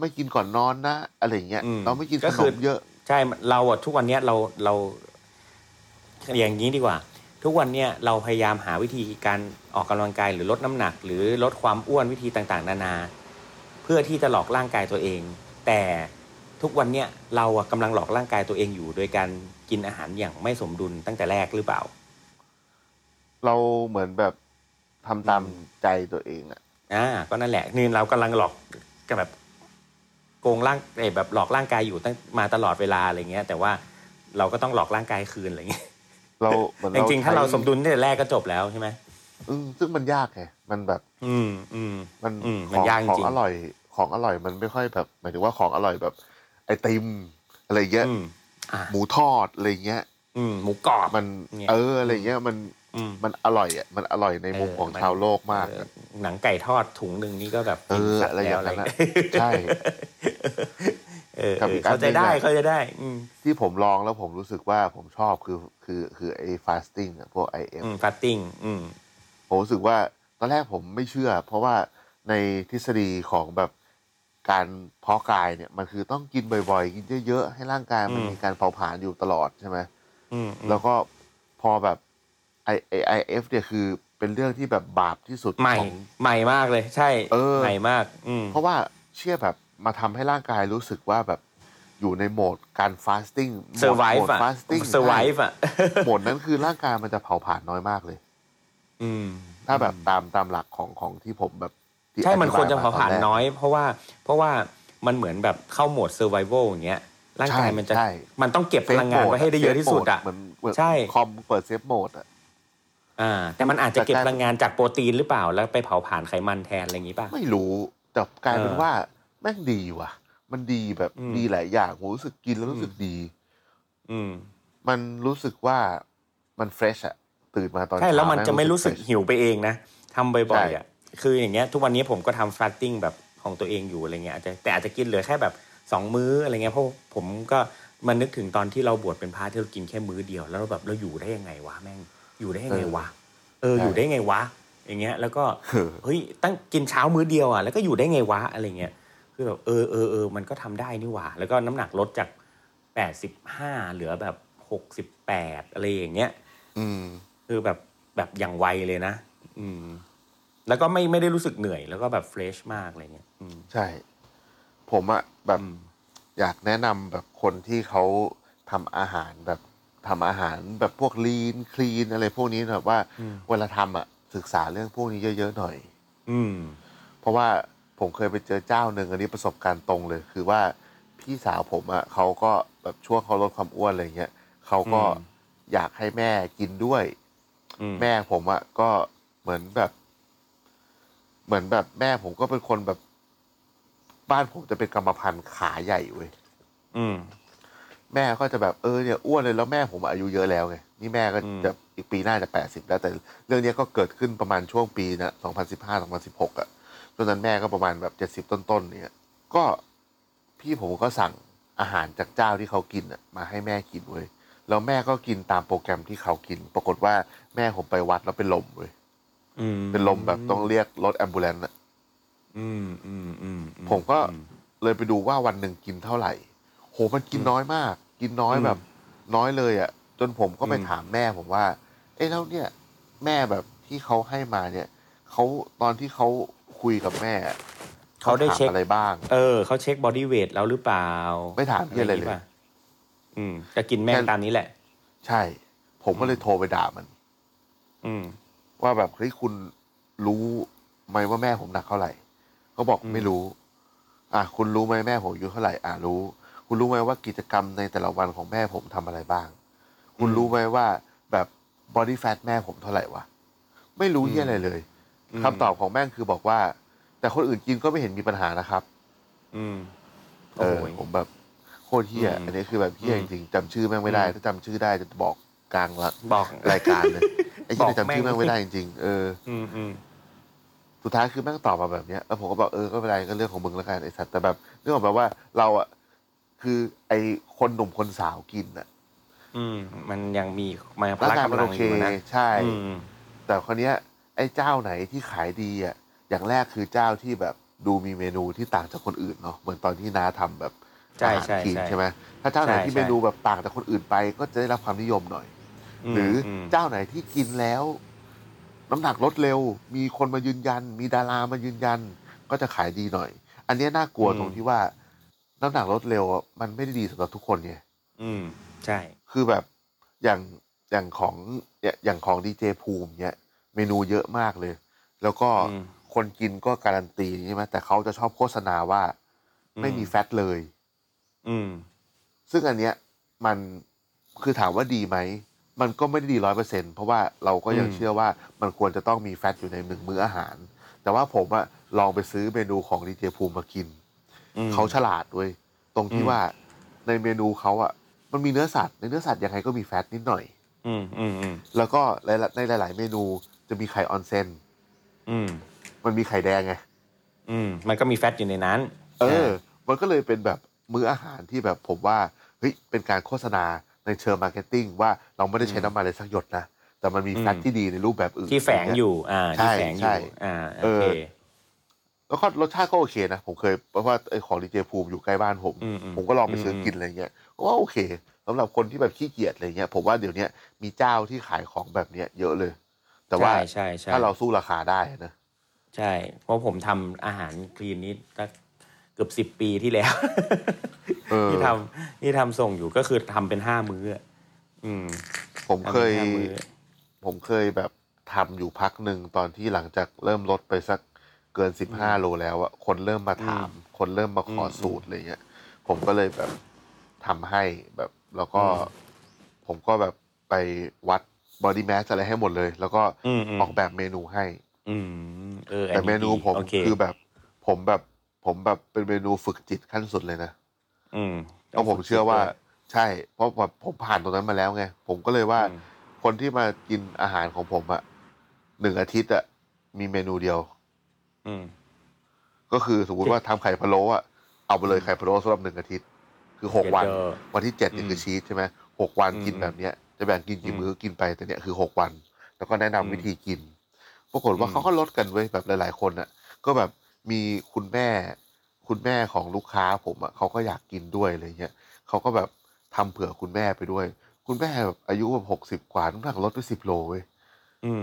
ไม่กินก่อนนอนนะ อะไรอย่างเงี้ย
อืม
เราไม่กิน
ก็
ข
คื
น
อ
มเยอะ
ใช่ เราอะทุกวันเนี้ยเราเรา อย่างนี้ดีกว่า ทุกวันเนี้ยเราพยายามหาวิธีการออกกำลังกายหรือลดน้ำหนัก หรือลดความอ้วนวิธีต่างๆ นานา เพื่อที่จะหลอกร่างกายตัวเอง แต่ทุกวันเนี้ยเราอะกำลังหลอกร่างกายตัวเองอยู่ โดยการกินอาหารอย่างไม่สมดุลตั้งแต่แรกหรือเปล่า
เราเหมือนแบบทำตามใจตัวเองอะ
อ่าก็นั่นแหละนี่เรากำลังหลอกกับแบบโกงร่างเอยแบบหลอกร่างกายอยู่ตั้งมาตลอดเวลาอะไรเงี้ย แต่ว่าเราก็ต้องหลอกร่างกายคืนอะไรเงี้ย
เราเหมือน
จริงๆถ้าเราสมดุ
ใช
ลตั้งแต่แรกก็จบแล้วใช่ไหม
้อืมซึ่งมันยากไงมันแบบ
อืมอืม
มัน
อืม
ข
มั
อน ง
ยากจริง
ของอร่อยของอร่อยมันไม่ค่อยแบบ หมายถึงว่าของอร่อยแบบ ไอติมอะไรเงี้ย
อืมอ่ะ
หมูทอดอะไรเงี้ย
อืมหมูกรอบ
มัน
เนี่ย
เอออะไรเงี้ยมัน
อืม
มันอร่อยอ่ะมันอร่อยในมุม
เออ
ของ
มัน
ชาวโลกมาก
เออ
อะ
หนังไก่ทอดถุงหนึ่งนี่ก็แบบ
เออ
สัต
อะ
ว์
ไรอย่าง
แล้ว
นั้นอะ
เงี้ย
ใช่
เออ
กับ
เอ
อี
อก
อัน
เข้าใจได้
หนึ่งอะ
เข้าใจได้ อืม
ที่ผมลองแล้วผมรู้สึกว่าผมชอบคือคือคือไอฟาสติ้งพวกไอเอ็ม
อืมฟัตติ้งอืม
ผมรู้สึกว่าตอนแรกผมไม่เชื่อ เพราะว่าในทฤษฎีของแบบการเพาะกายเนี่ยมันคือต้องกินบ่อยๆ กินเยอะๆ ให้ร่างกายมัน
อืม
มีการเผาผลาญอยู่ตลอดใช่ไหม
อืม
แล้วก็พอแบบไอไอเอฟเนี่ยคือเป็นเรื่องที่แบบบาปที่สุด
ใหม่
ของ
ใหม่มากเลย ใช่
เออ
ใหม่มาก อืม
เพราะว่าเชื่อแบบมาทำให้ร่างกายรู้สึกว่าแบบอยู่ในโหมดการฟาสติ้ง
เซอร์ไว
โหม
ฟ์
ด
อ่ะ
ฟาสติ้ง
เซอร์ไวฟ์อ่ะ
โหมดนั้นคือร่างกายมันจะเผาผลาญน้อยมากเลย
อืม
ถ้าแบบตามตามหลักของของที่ผมแบบที่
ใช่
อธิบย
มันควรจะเผาผลาญ
ตแรก
น้อย เพราะว่า เพราะว่ามันเหมือนแบบเข้าโหมดเซอร์ไวโวอย่างเงี้ย ร่างกายมันจะ
ใช่
มันต้องเก็บพลังงานไว้ให้ได้เยอะที่สุดอ่ะ
เหมือนเหมือน
ใช่
คอมเปิดเซฟโหมดอ่ะ
อ่า แต่มันอาจจะเก็บ
แต่กา
พ
ร
ลังงานจากโปรตีนหรือเปล่า แล้วไปเผาผลาญไขมันแทนอะไรอย่างนี้ป่ะ
ไม่รู้แต่กลายเป็น
เออ
ว่าแม่งดีว่ะ มันดีแบบ
อืม
ดีหลายอย่างผมรู้สึกกินแล้วรู้สึก
อืม
ดี
อืม
มันรู้สึกว่ามันเฟรชอ่ะ ตื่นมาตอน
ใช่แล้ว
เช้า
มันจะไม่รู้สึก
แง
หิวไปเองนะทำบ่อย
ใช่
ๆอ่ะคืออย่างเงี้ยทุกวันนี้ผมก็ทำฟาสติ้งแบบของตัวเองอยู่อะไรเงี้ยอาจจะแต่อาจจะกินเหลือแค่แบบสองมื้ออะไรเงี้ยเพราะผมก็มันนึกถึงตอนที่เราบวชเป็นพระที่เรากินแค่มื้อเดียว แล้วเราแบบเราอยู่ได้ยังไงวะแม่งอยู่ได้ยังไงวะเอออยู่ได้ยังไงวะอย่างเงี้ย แล้วก็
เออ
เฮ้ยตั้งกินเช้ามื้อเดียวอ่ะแล้วก็อยู่ได้ไงวะอะไรเงี้ยคือแบบเออเออเออมันก็ทำได้นี่หว่า แล้วก็น้ำหนักลดจากแปดสิบห้าเหลือแบบหกสิบแปดอะไรอย่างเงี้ย
อืม
คือแบบแบบอย่างไวเลยนะ อืม แล้วก็ไม่ไม่ได้รู้สึกเหนื่อยแล้วก็แบบเฟรชมากอะไรเงี้ยอืม
ใช่ ผมอะแบบ อยากแนะนำแบบคนที่เขาทำอาหารแบบทำอาหารแบบพวกลีนคลีนอะไรพวกนี้แบบว่าเวลาทำอะศึกษาเรื่องพวกนี้เยอะๆหน่อย
อืม
เพราะว่าผมเคยไปเจอเจ้าหนึ่งอันนี้ประสบการณ์ตรงเลย คือว่าพี่สาวผมอะเขาก็แบบช่วงเขาลดความอ้วนอะไรเงี้ยเขาก็
อืม
อยากให้แม่กินด้วย
อืม
แม่ผมอะก็เหมือนแบบ เหมือนแบบแม่ผมก็เป็นคนแบบ บ้านผมจะเป็นกรรมพันธุ์ขาใหญ่เว้ย
อืม
แม่ก็จะแบบเออเนี่ยอ้วนเลยแล้วแม่ผมอายุเยอะแล้วไงนี่แม่ก็
อืม
จะอีกปีหน้าจะแปดสิบแล้ว แต่เรื่องเนี้ยก็เกิดขึ้นประมาณช่วงปีนะสองพันสิบห้าสองพันสิบหกอ่ะตอนนั้นแม่ก็ประมาณแบบเจ็ดสิบ70 ต้นๆเนี่ย ก็พี่ผมก็สั่งอาหารจากเจ้าที่เขากินอะมาให้แม่กินเว้ยแล้วแม่ก็กินตามโปรแกรมที่เขากิน ปรากฏว่าแม่ผมไปวัดแล้วเป็นลมเว้ย
อืม
เป็นลมแบบต้องเรียกรถแอมบูเลนต์อะ
อืมอืมอืมอื
ผมก็เลยไปดูว่าวันหนึ่งกินเท่าไหร่ โหมันกินน้อยมาก กินน้อย
อืม
แบบ น้อยเลยอะ่ะ จนผมก็ไป
อืม
ถามแม่ผมว่า เอ้แล้วเนี่ย แม่แบบที่เขาให้มาเนี่ยเขาตอนที่เขาคุยกับแม่อะ
เขาได้เช็ค
ถมอะไรบ้าง
เออเขาเช็คบอดี้เวทเราหรือเปล่า
ไม่ถามเหี้ยอะไรเลย
ป่อืมจะกินแม่งตามนี้แหละ
ใช่ ผมก็เลยโทรไปด่ามัน
อืม
ว่าแบบเฮ้ยคุณรู้ไหมว่าแม่ผมหนักเท่าไหร่เขาบอก
อืม
ไม่รู้ อ่ะคุณรู้ไหมแม่ผมอายุเท่าไหร่ อ่ะรู้ คุณรู้ไหมว่ากิจกรรมในแต่ละวันของแม่ผมทำอะไรบ้าง คุณรู้ไหมว่าแบบบอดี้แฟทแม่ผมเท่าไหร่วะไม่รู้เยี่ยอะไรเลยคำตอบของแม่งคือบอกว่า แต่คนอื่นกินก็ไม่เห็นมีปัญหานะครับ
อืม
เออ
โย
ผมแบบโคตรเฮี้ย
อืม
อันนี้คือแบบเฮี้ย
อื
จ
ม
ริงๆจำชื่อแม่งไม่ได้
อืม
ถ้าจำชื่อได้จะบอกกลางละ
บอก
รายการเลยไอ้ที่
บอก
จำชื่อแม่
แม่ง
งไม่ได้จริงๆเออ
อืมอืม
สุดท้ายคือแม่งตอบมาแบบเนี้ยแล้วผมก็บอกเออก็ไม่เป็นไรก็เรื่องของมึงแล้วกันไอ้สัตว์แต่แบบเรื่องของแบบว่าเราอ่ะคือไอ้คนหนุ่มคนสาวกินอ่ะ
อืม มันยังมีมาพ
ร่าง
ละ
กายมัน
กำลั
โอง
อ
เค
ยู่นะ
ใช่
อืม
แต่คนเนี้ยไอ้เจ้าไหนที่ขายดีอ่ะอย่างแรกคือเจ้าที่แบบดูมีเมนูที่ต่างจากคนอื่นเนาะเหมือนตอนที่นาทำแบบ
ใช่
อาหาร
ใช่
จีน
ใช่
ใช่ไหมถ้าเจ้าไหน
ใช่
ที่
ใช่
เมนูแบบต่างจากคนอื่นไป ก็จะได้รับความนิยมหน่อย หรืออ
ม
เจ้าไหนที่กินแล้ว น้ำหนักลดเร็ว มีคนมายืนยัน มีดารามายืนยัน ก็จะขายดีหน่อย อันเนี้ยน่ากลัวตรงที่ว่า น้ำหนักลดเร็วอะมันไม่ได้ดีสำหรับทุกคนไง
อืม ใช่
คือแบบอย่างอย่างของอย่าอย่างของดีเจภูมิเนี่ยเมนูเยอะมากเลย แล้วก็
อืม
คนกินก็การันตีใช่ไหมแต่เขาจะชอบโฆษณาว่า ไม่มีแฟตเลย
อืม
ซึ่งอันเนี้ยมันคือถามว่าดีไหม มันก็ไม่ได้ดีร้อยเปอร์เซ็นเพราะว่าเราก็ยัง
อืม
เชื่อว่ามันควรจะต้องมีแฟตอยู่ในหนึ่งมื้ออาหาร แต่ว่าผมอะลองไปซื้อเมนูของดีเจภูมิมากิน
อืม
เขาฉลาดเว้ยตรงที่
อืม
ว่าในเมนูเขาอะมันมีเนื้อสัตว์ในเนื้อสัตว์ยังไงก็มีแฟตนิดหน่อย
อืมอืมอืม
แล้วก็หลายๆในหลาย ๆ เมนูจะมีไข่ออนเซน
อืม
มันมีไข่แดงไง
อืม มันก็มีแฟตอยู่ในนั้น
เออ มันก็เลยเป็นแบบมื้ออาหารที่แบบผมว่า เฮ้ย เป็นการโฆษณาในเชิงมาร์เก็ตติ้งว่าเราไม่ได้ใช้น้ำมันเลยสักหยดนะ แต่มันมีแฟตที่ดีในรูปแบบอื่น
ที่แฝงอยู่ อ่า
ใช่
ที่แฝงอ
ใช่
ยู่ อ่า โอเค
เออ แล้วก็รสชาติก็โอเคนะ ผมเคยเพราะว่าไอ้ของดีเจภูมิอยู่ใกล้บ้านผม
อืมอืม
ผมก็ลองไปซื้ออ
ม
กินอะไรเงี้ยก็ว่าโอเคสำหรับคนที่แบบขี้เกียจอะไรเงี้ย ผมว่าเดี๋ยวเนี้ยมีเจ้าที่ขายของแบบเนี้ยเยอะเลย แต่ว่า
ใช่ใช่ใช่
ถ้าเราสู้ราคาได้นะ
ใช่ เพราะผมทำอาหารคลีนนี้ตั้งเกือบสิบปีที่แล้ว
เออ
ที่ทำที่ทำส่งอยู่ก็คือทำเป็นห้ามื้ออะอืม
ผม
ทำ
เค
ป็น
ย
ห้ามื้อ
ผมเคยแบบทำอยู่พักหนึ่งตอนที่หลังจากเริ่มลดไปสักเกินสิบห้าโลแล้วอะคนเริ่มมาถาม คนเริ่มมาขออ
ม
สูตรอะไรเงี้ยผมก็เลยแบบทำให้แบบแล้วก็
อืม
ผมก็แบบไปวัดบอดี้แมสอะไรให้หมดเลย แล้วก็
อืมอืม
ออกแบบเมนูให้
อืมเอออัน
แต่
นี้
เมนู
ดี
ผม
โอเค
คือแบบ ผมแบบผมแบบเป็นเมนูฝึกจิตขั้นสุดเลยนะ
อืม
เพราะผมเชื่อว่า
ต้งฝึกด้ย
ใช่ เพราะแบบผมผ่านตรงนั้นมาแล้วไง ผมก็เลยว่า
อืม
คนที่มากินอาหารของผมอะหนึ่งอาทิตย์อะมีเมนูเดียว
อืม
ก็คือสมมติว่าทำไข่พะโล้อะเอาไปเลยไข่พะโล้สำหรับหนึ่งอาทิตย์ คือหกวัน
เจ็ดเด้อ
วันที่เจ็ดเนี่ยคือชีสใช่ไหมหกวัน
อืม
กินแบบเนี้ย จะแบ่งกินกี่
อืม
มื้อกินไปแต่เนี่ยคือหกวัน แล้วก็แนะนำ
อืม
วิธีกิน ปรากฏว่า
อืม
เขาก็ลดกันไว้ยแบบหลาย ๆ คนอะก็แบบมีคุณแม่ คุณแม่ของลูกค้าผมอะเขาก็อยากกินด้วยอะไรเงี้ยเขาก็แบบทำเผื่อคุณแม่ไปด้วย คุณแม่แบบอายุแบบหกสิบกว่าน้ำหนักลดไปสิบโลเว้ย
อืม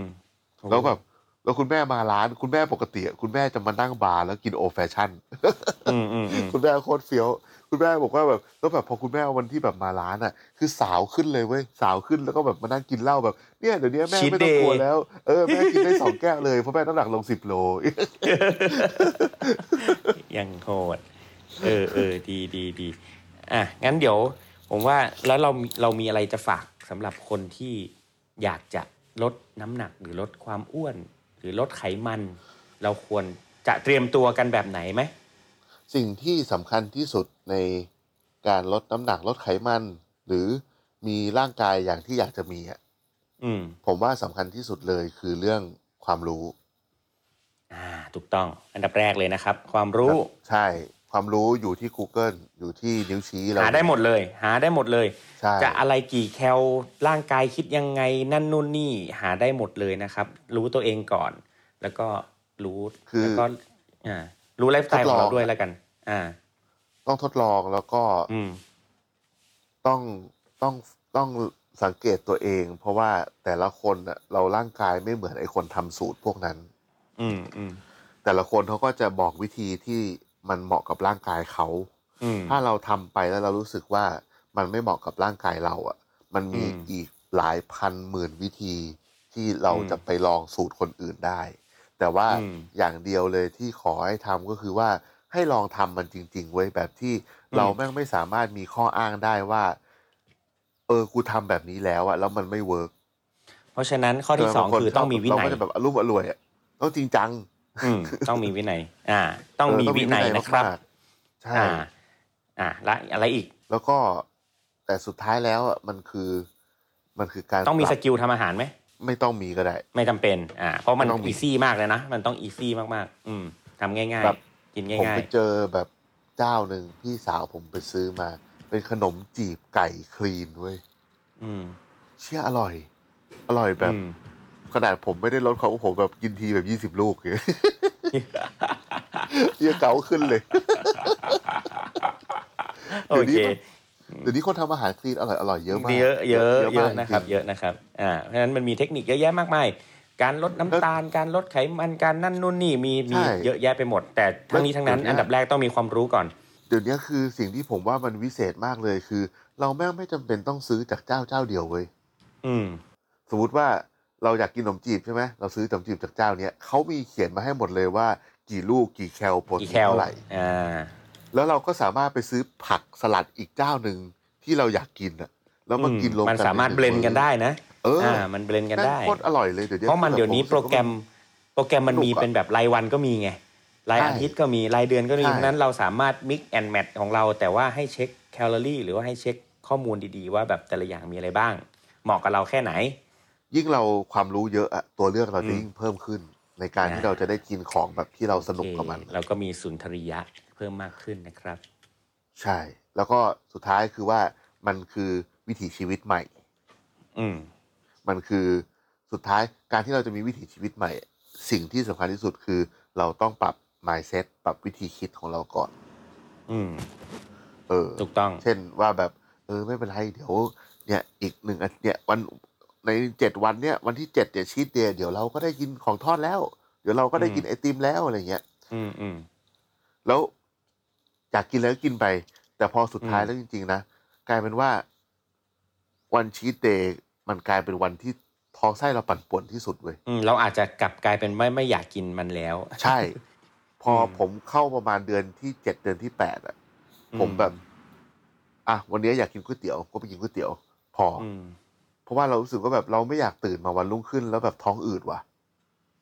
แล้วแบบ แล้วคุณแม่มาร้าน คุณแม่ปกติอะคุณแม่จะมานั่งบาร์แล้วกินโอแฟชั่น
อืมอืมอืม
คุณแม่โคตรเฟี้ยว คุณแม่บอกว่าแบบแล้วแบบพอคุณแม่วันที่แบบมาร้านอ่ะ คือสาวขึ้นเลยเว้ยสาวขึ้นแล้วก็แบบมานั่งกินเหล้าแบบเนี่ยเดี๋ยวนี้แม่ไม่ต้องกลัวแล้วเออแม่กินได้สองแก้วเลยเพราะแม่น้ำหนักลงสิบโล
ยังโหดเออเออดีดีดีอ่ะงั้นเดี๋ยว ผมว่าแล้วเรามีเรามีอะไรจะฝากสำหรับคนที่อยากจะลดน้ำหนักหรือลดความอ้วน หรือลดไขมัน เราควรจะเตรียมตัวกันแบบไหนไหม
สิ่งที่สำคัญที่สุดในการลดน้ำหนักลดไขมัน หรือมีร่างกายอย่างที่อยากจะมีอะ
อืม
ผมว่าสำคัญที่สุดเลยคือเรื่องความรู้
อ่าถูกต้องอันดับแรกเลยนะครับ ความรู้
ใช่ ความรู้อยู่ที่ Google อยู่ที่นิ้วชี้เรา
หาได้หมดเลย หาได้หมดเลย
ใช่
จะอะไรกี่แคลร่างกายคิดยังไงนั่นนู่นนี่หาได้หมดเลยนะครับ รู้ตัวเองก่อน แล้วก็รู้แล้วก็อ่ารู้ไลฟ์สไตล์ของเราด้วยแล้วกัน อ่า
ต้องทดลองแล้วก็
อืม
ต้องต้องต้องสังเกตตัวเอง เพราะว่าแต่ละคนน่ะเราร่างกายไม่เหมือนไอ้คนทำสูตรพวกนั้น
อืมอืม
แต่ละคนเขาก็จะบอกวิธีที่มันเหมาะกับร่างกายเขา
อืม
ถ้าเราทำไปแล้วเรารู้สึกว่ามันไม่เหมาะกับร่างกายเราอะ่ะ มันมี
อืม
อีกหลายพันหมื่นวิธีที่เรา
อืม
จะไปลองสูตรคนอื่นได้ แต่ว่า
อืม
อย่างเดียวเลยที่ขอให้ทำก็คือว่าให้ลองทำมันจริง ๆ ไว้ยแบบที่
อืม
เราแม่งไม่สามารถมีข้ออ้างได้ว่า เออกูทำแบบนี้แล้วอะแล้วมันไม่เวิร์ก
เพราะฉะนั้นข้อที่สอง
บาน
คือต้องมีวิ
เรา
นัย
ก็จะแบบอารมณ์อร่วยอะต้องจริงจัง
อืมต้องมีวินัย อ่า ต้อง
เ
มีวินัยนะครับ
มากๆใช่
อ่า อ่าและอะไรอีก
แล้วก็แต่สุดท้ายแล้วอะมันคือมันคือการ
ต้องมี
ป
ส
รับ
กิลทำอาหารไหม
ไม่ต้องมีก็ได้
ไม่จำเป็น อ่า เพราะมัน
ต้องมี
อีซี่มากเลยนะ มันต้องอีซี่มากๆ อืมทำง่าย
ครับ
ๆ กิน
ผม
ง่าย
ไปเจอแบบเจ้าหนึ่งพี่สาวผมไปซื้อมา เป็นขนมจีบไก่คลีนเว้ย
ๆ อืม
เชี่ยอร่อย อร่อยแบบ
อืม
ขนาดผมไม่ได้ลดความอ้วนผมแบบกินทีแบบยี่สิบลูก เนี่ย เยี่ยเก๋าขึ้น เลย
โอ
เดี๋ยวนี้
เค
มัน เดี๋ยวนี้คนทำอาหารคลีนอร่อยอร่อยเยอะมาก
เยอะเยอะเยอะ
มาก
นะครับ
จงๆ
เยอะนะครับ อ่า เพราะฉะนั้นมันมีเทคนิคเยอะแยะมากมาย การลดน้ำตาล การลดไขมัน การนั่นนู่นนี่ มี มี
ใช่
เยอะแยะไปหมด แต่ทั้งนี้ทั้งนั้น
เดี๋ยวนี้
อันดับแรกต้องมีความรู้ก่อน
เดี๋ยวนี้คือสิ่งที่ผมว่ามันวิเศษมากเลยคือ เราแม่งไม่จำเป็นต้องซื้อจากเจ้าเจ้าเดียวเว้ย
อืม
สมมติว่าเราอยากกินขนมจีบใช่ไหมเราซื้อขนมจีบจากเจ้าเนี้ยเขามีเขียนมาให้หมดเลยว่ากี่ลูกกี่แคลโปรตี
กี่
น
แคล
เท่าไหร่
อ่า
แล้วเราก็สามารถไปซื้อผักสลัดอีกเจ้าหนึ่งที่เราอยากกินอ่ะแล้วมากินรวมกั
มัน นสามารถ
ให
เบลนกันได้นะ
เออ
มันเบลนกันได้
แม่งโคตรอร่อยเลยเดี๋ยวนี้
เพราะมัน
คือแบบ
เดี๋ยวนี้
ผ
โปร
สึ
แกรม
ว่า
โปรแกรมมันมี
สนุกอะ
เป็นแบบรายวันก็มีไง ราย
ใช่
อาทิตย์ก็มีรายเดือนก็มี
ใช่
เพราะฉะนั้นเราสามารถ mix and match ของเรา แต่ว่าให้เช็คแคลอรี่หรือว่าให้เช็คข้อมูลดีๆ ว่าแบบแต่ละอย่างมีอะไรบ้าง เหมาะกับเราแค่ไหน
ยิ่งเราความรู้เยอะอะตัวเลือกเราจะ
อืม
ยิ่งเพิ่มขึ้น ในการ
นะ
ที่เราจะได้กินของแบบที่เราสนุกกับมัน
โอเคเราก็มีสุนทรียะเพิ่มมากขึ้นนะครับ
ใช่ แล้วก็สุดท้ายคือว่ามันคือวิถีชีวิตใหม่
อืม
มันคือสุดท้ายการที่เราจะมีวิถีชีวิตใหม่ สิ่งที่สำคัญที่สุดคือ เราต้องปรับ mindset ปรับวิธีคิดของเราก่อน
อืม
เออ
ถูกต้อง
เช่นว่าแบบ เออ ไม่เป็นไรเดี๋ยว เนี่ยอีกหนึ่งอาทิตย์เนี่ยวันในเจ็ดวันเนี่ยวันที่เจ็ดเดี๋ยวชีตเดย์เดี๋ยวเราก็ได้กินของทอดแล้ว เดี๋ยวเราก็ได้กินไอติมแล้วอะไรเงี้ย
อืมอืม
แล้วอยากกินแล้วกินไป แต่พอสุดท้าย
อืม
แล้วจริง ๆ นะ กลายเป็นว่าวันชีตเดย์มันกลายเป็นวันที่ท้องไส้เราปั่นป่วนที่สุดเว้ย
อืม เราอาจจะกลับกลายเป็นไม่ไม่อยากกินมันแล้ว
ใช่ พออ
ม
ผมเข้าประมาณเดือนที่เจ็ดเดือนที่แปดอ่ะ
อืม
ผมแบบ อ่ะวันนี้อยากกินก๋วยเตี๋ยวก็ไปกินก๋วยเตี๋ยว พออ
อืม
เพราะว่าเรารู้สึกว่าแบบเราไม่อยากตื่นมาวันรุ่งขึ้น แล้วแบบท้องอืดว่ะ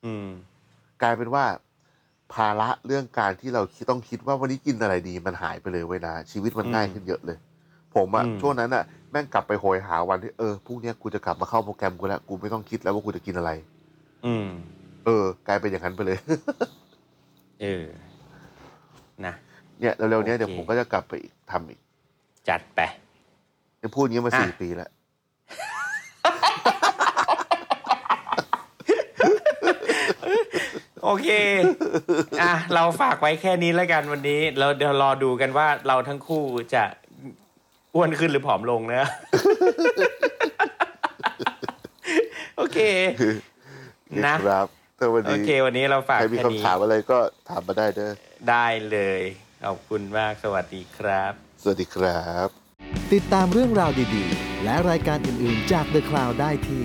อืม
กลายเป็นว่า ภาระเรื่องการที่เราคิดต้องคิดว่าวันนี้กินอะไรดีมันหายไปเลยเวยนะชีวิตมันง่ายขึ้นเยอะเลย ผมอะ
อืม
ช่วงนั้นอะแม่งกลับไปโหยหาวันที่เออพรุ่งเนี้ยกูจะกลับมาเข้าโปรแกรมกูแล้วกูไม่ต้องคิดแล้วว่ากูจะกินอะไร
อืม
เออ กลายเป็นอย่างนั้นไปเลย
เออ นะ
เนี่ยเร็วๆเนี้ยเดี๋ยว
โอเค
ผมก็จะกลับไปอีกทำอีก
จัดไป
ยังพูดอย่างนี้มา
อ่ะ
สี่ปีแล้ว
โอเค อ่ะ เราฝากไว้แค่นี้แล้วกันวันนี้ เราเดี๋ยวรอดูกันว่าเราทั้งคู่จะอ้วนขึ้นหรือผอมลงนะ โอเค นะ
ครับ แต่วัน
โอ
นี้
เค วันนี้เราฝาก
ใครมี
แค่
คำ
นี้
ถามอะไรก็ถามมาได้เด้อ
ได้เลยขอบคุณมากสวัสดีครับ
สวัสดีครับ
ติดตามเรื่องราวดีๆ และรายการอื่นๆจาก The Cloud ได้ที่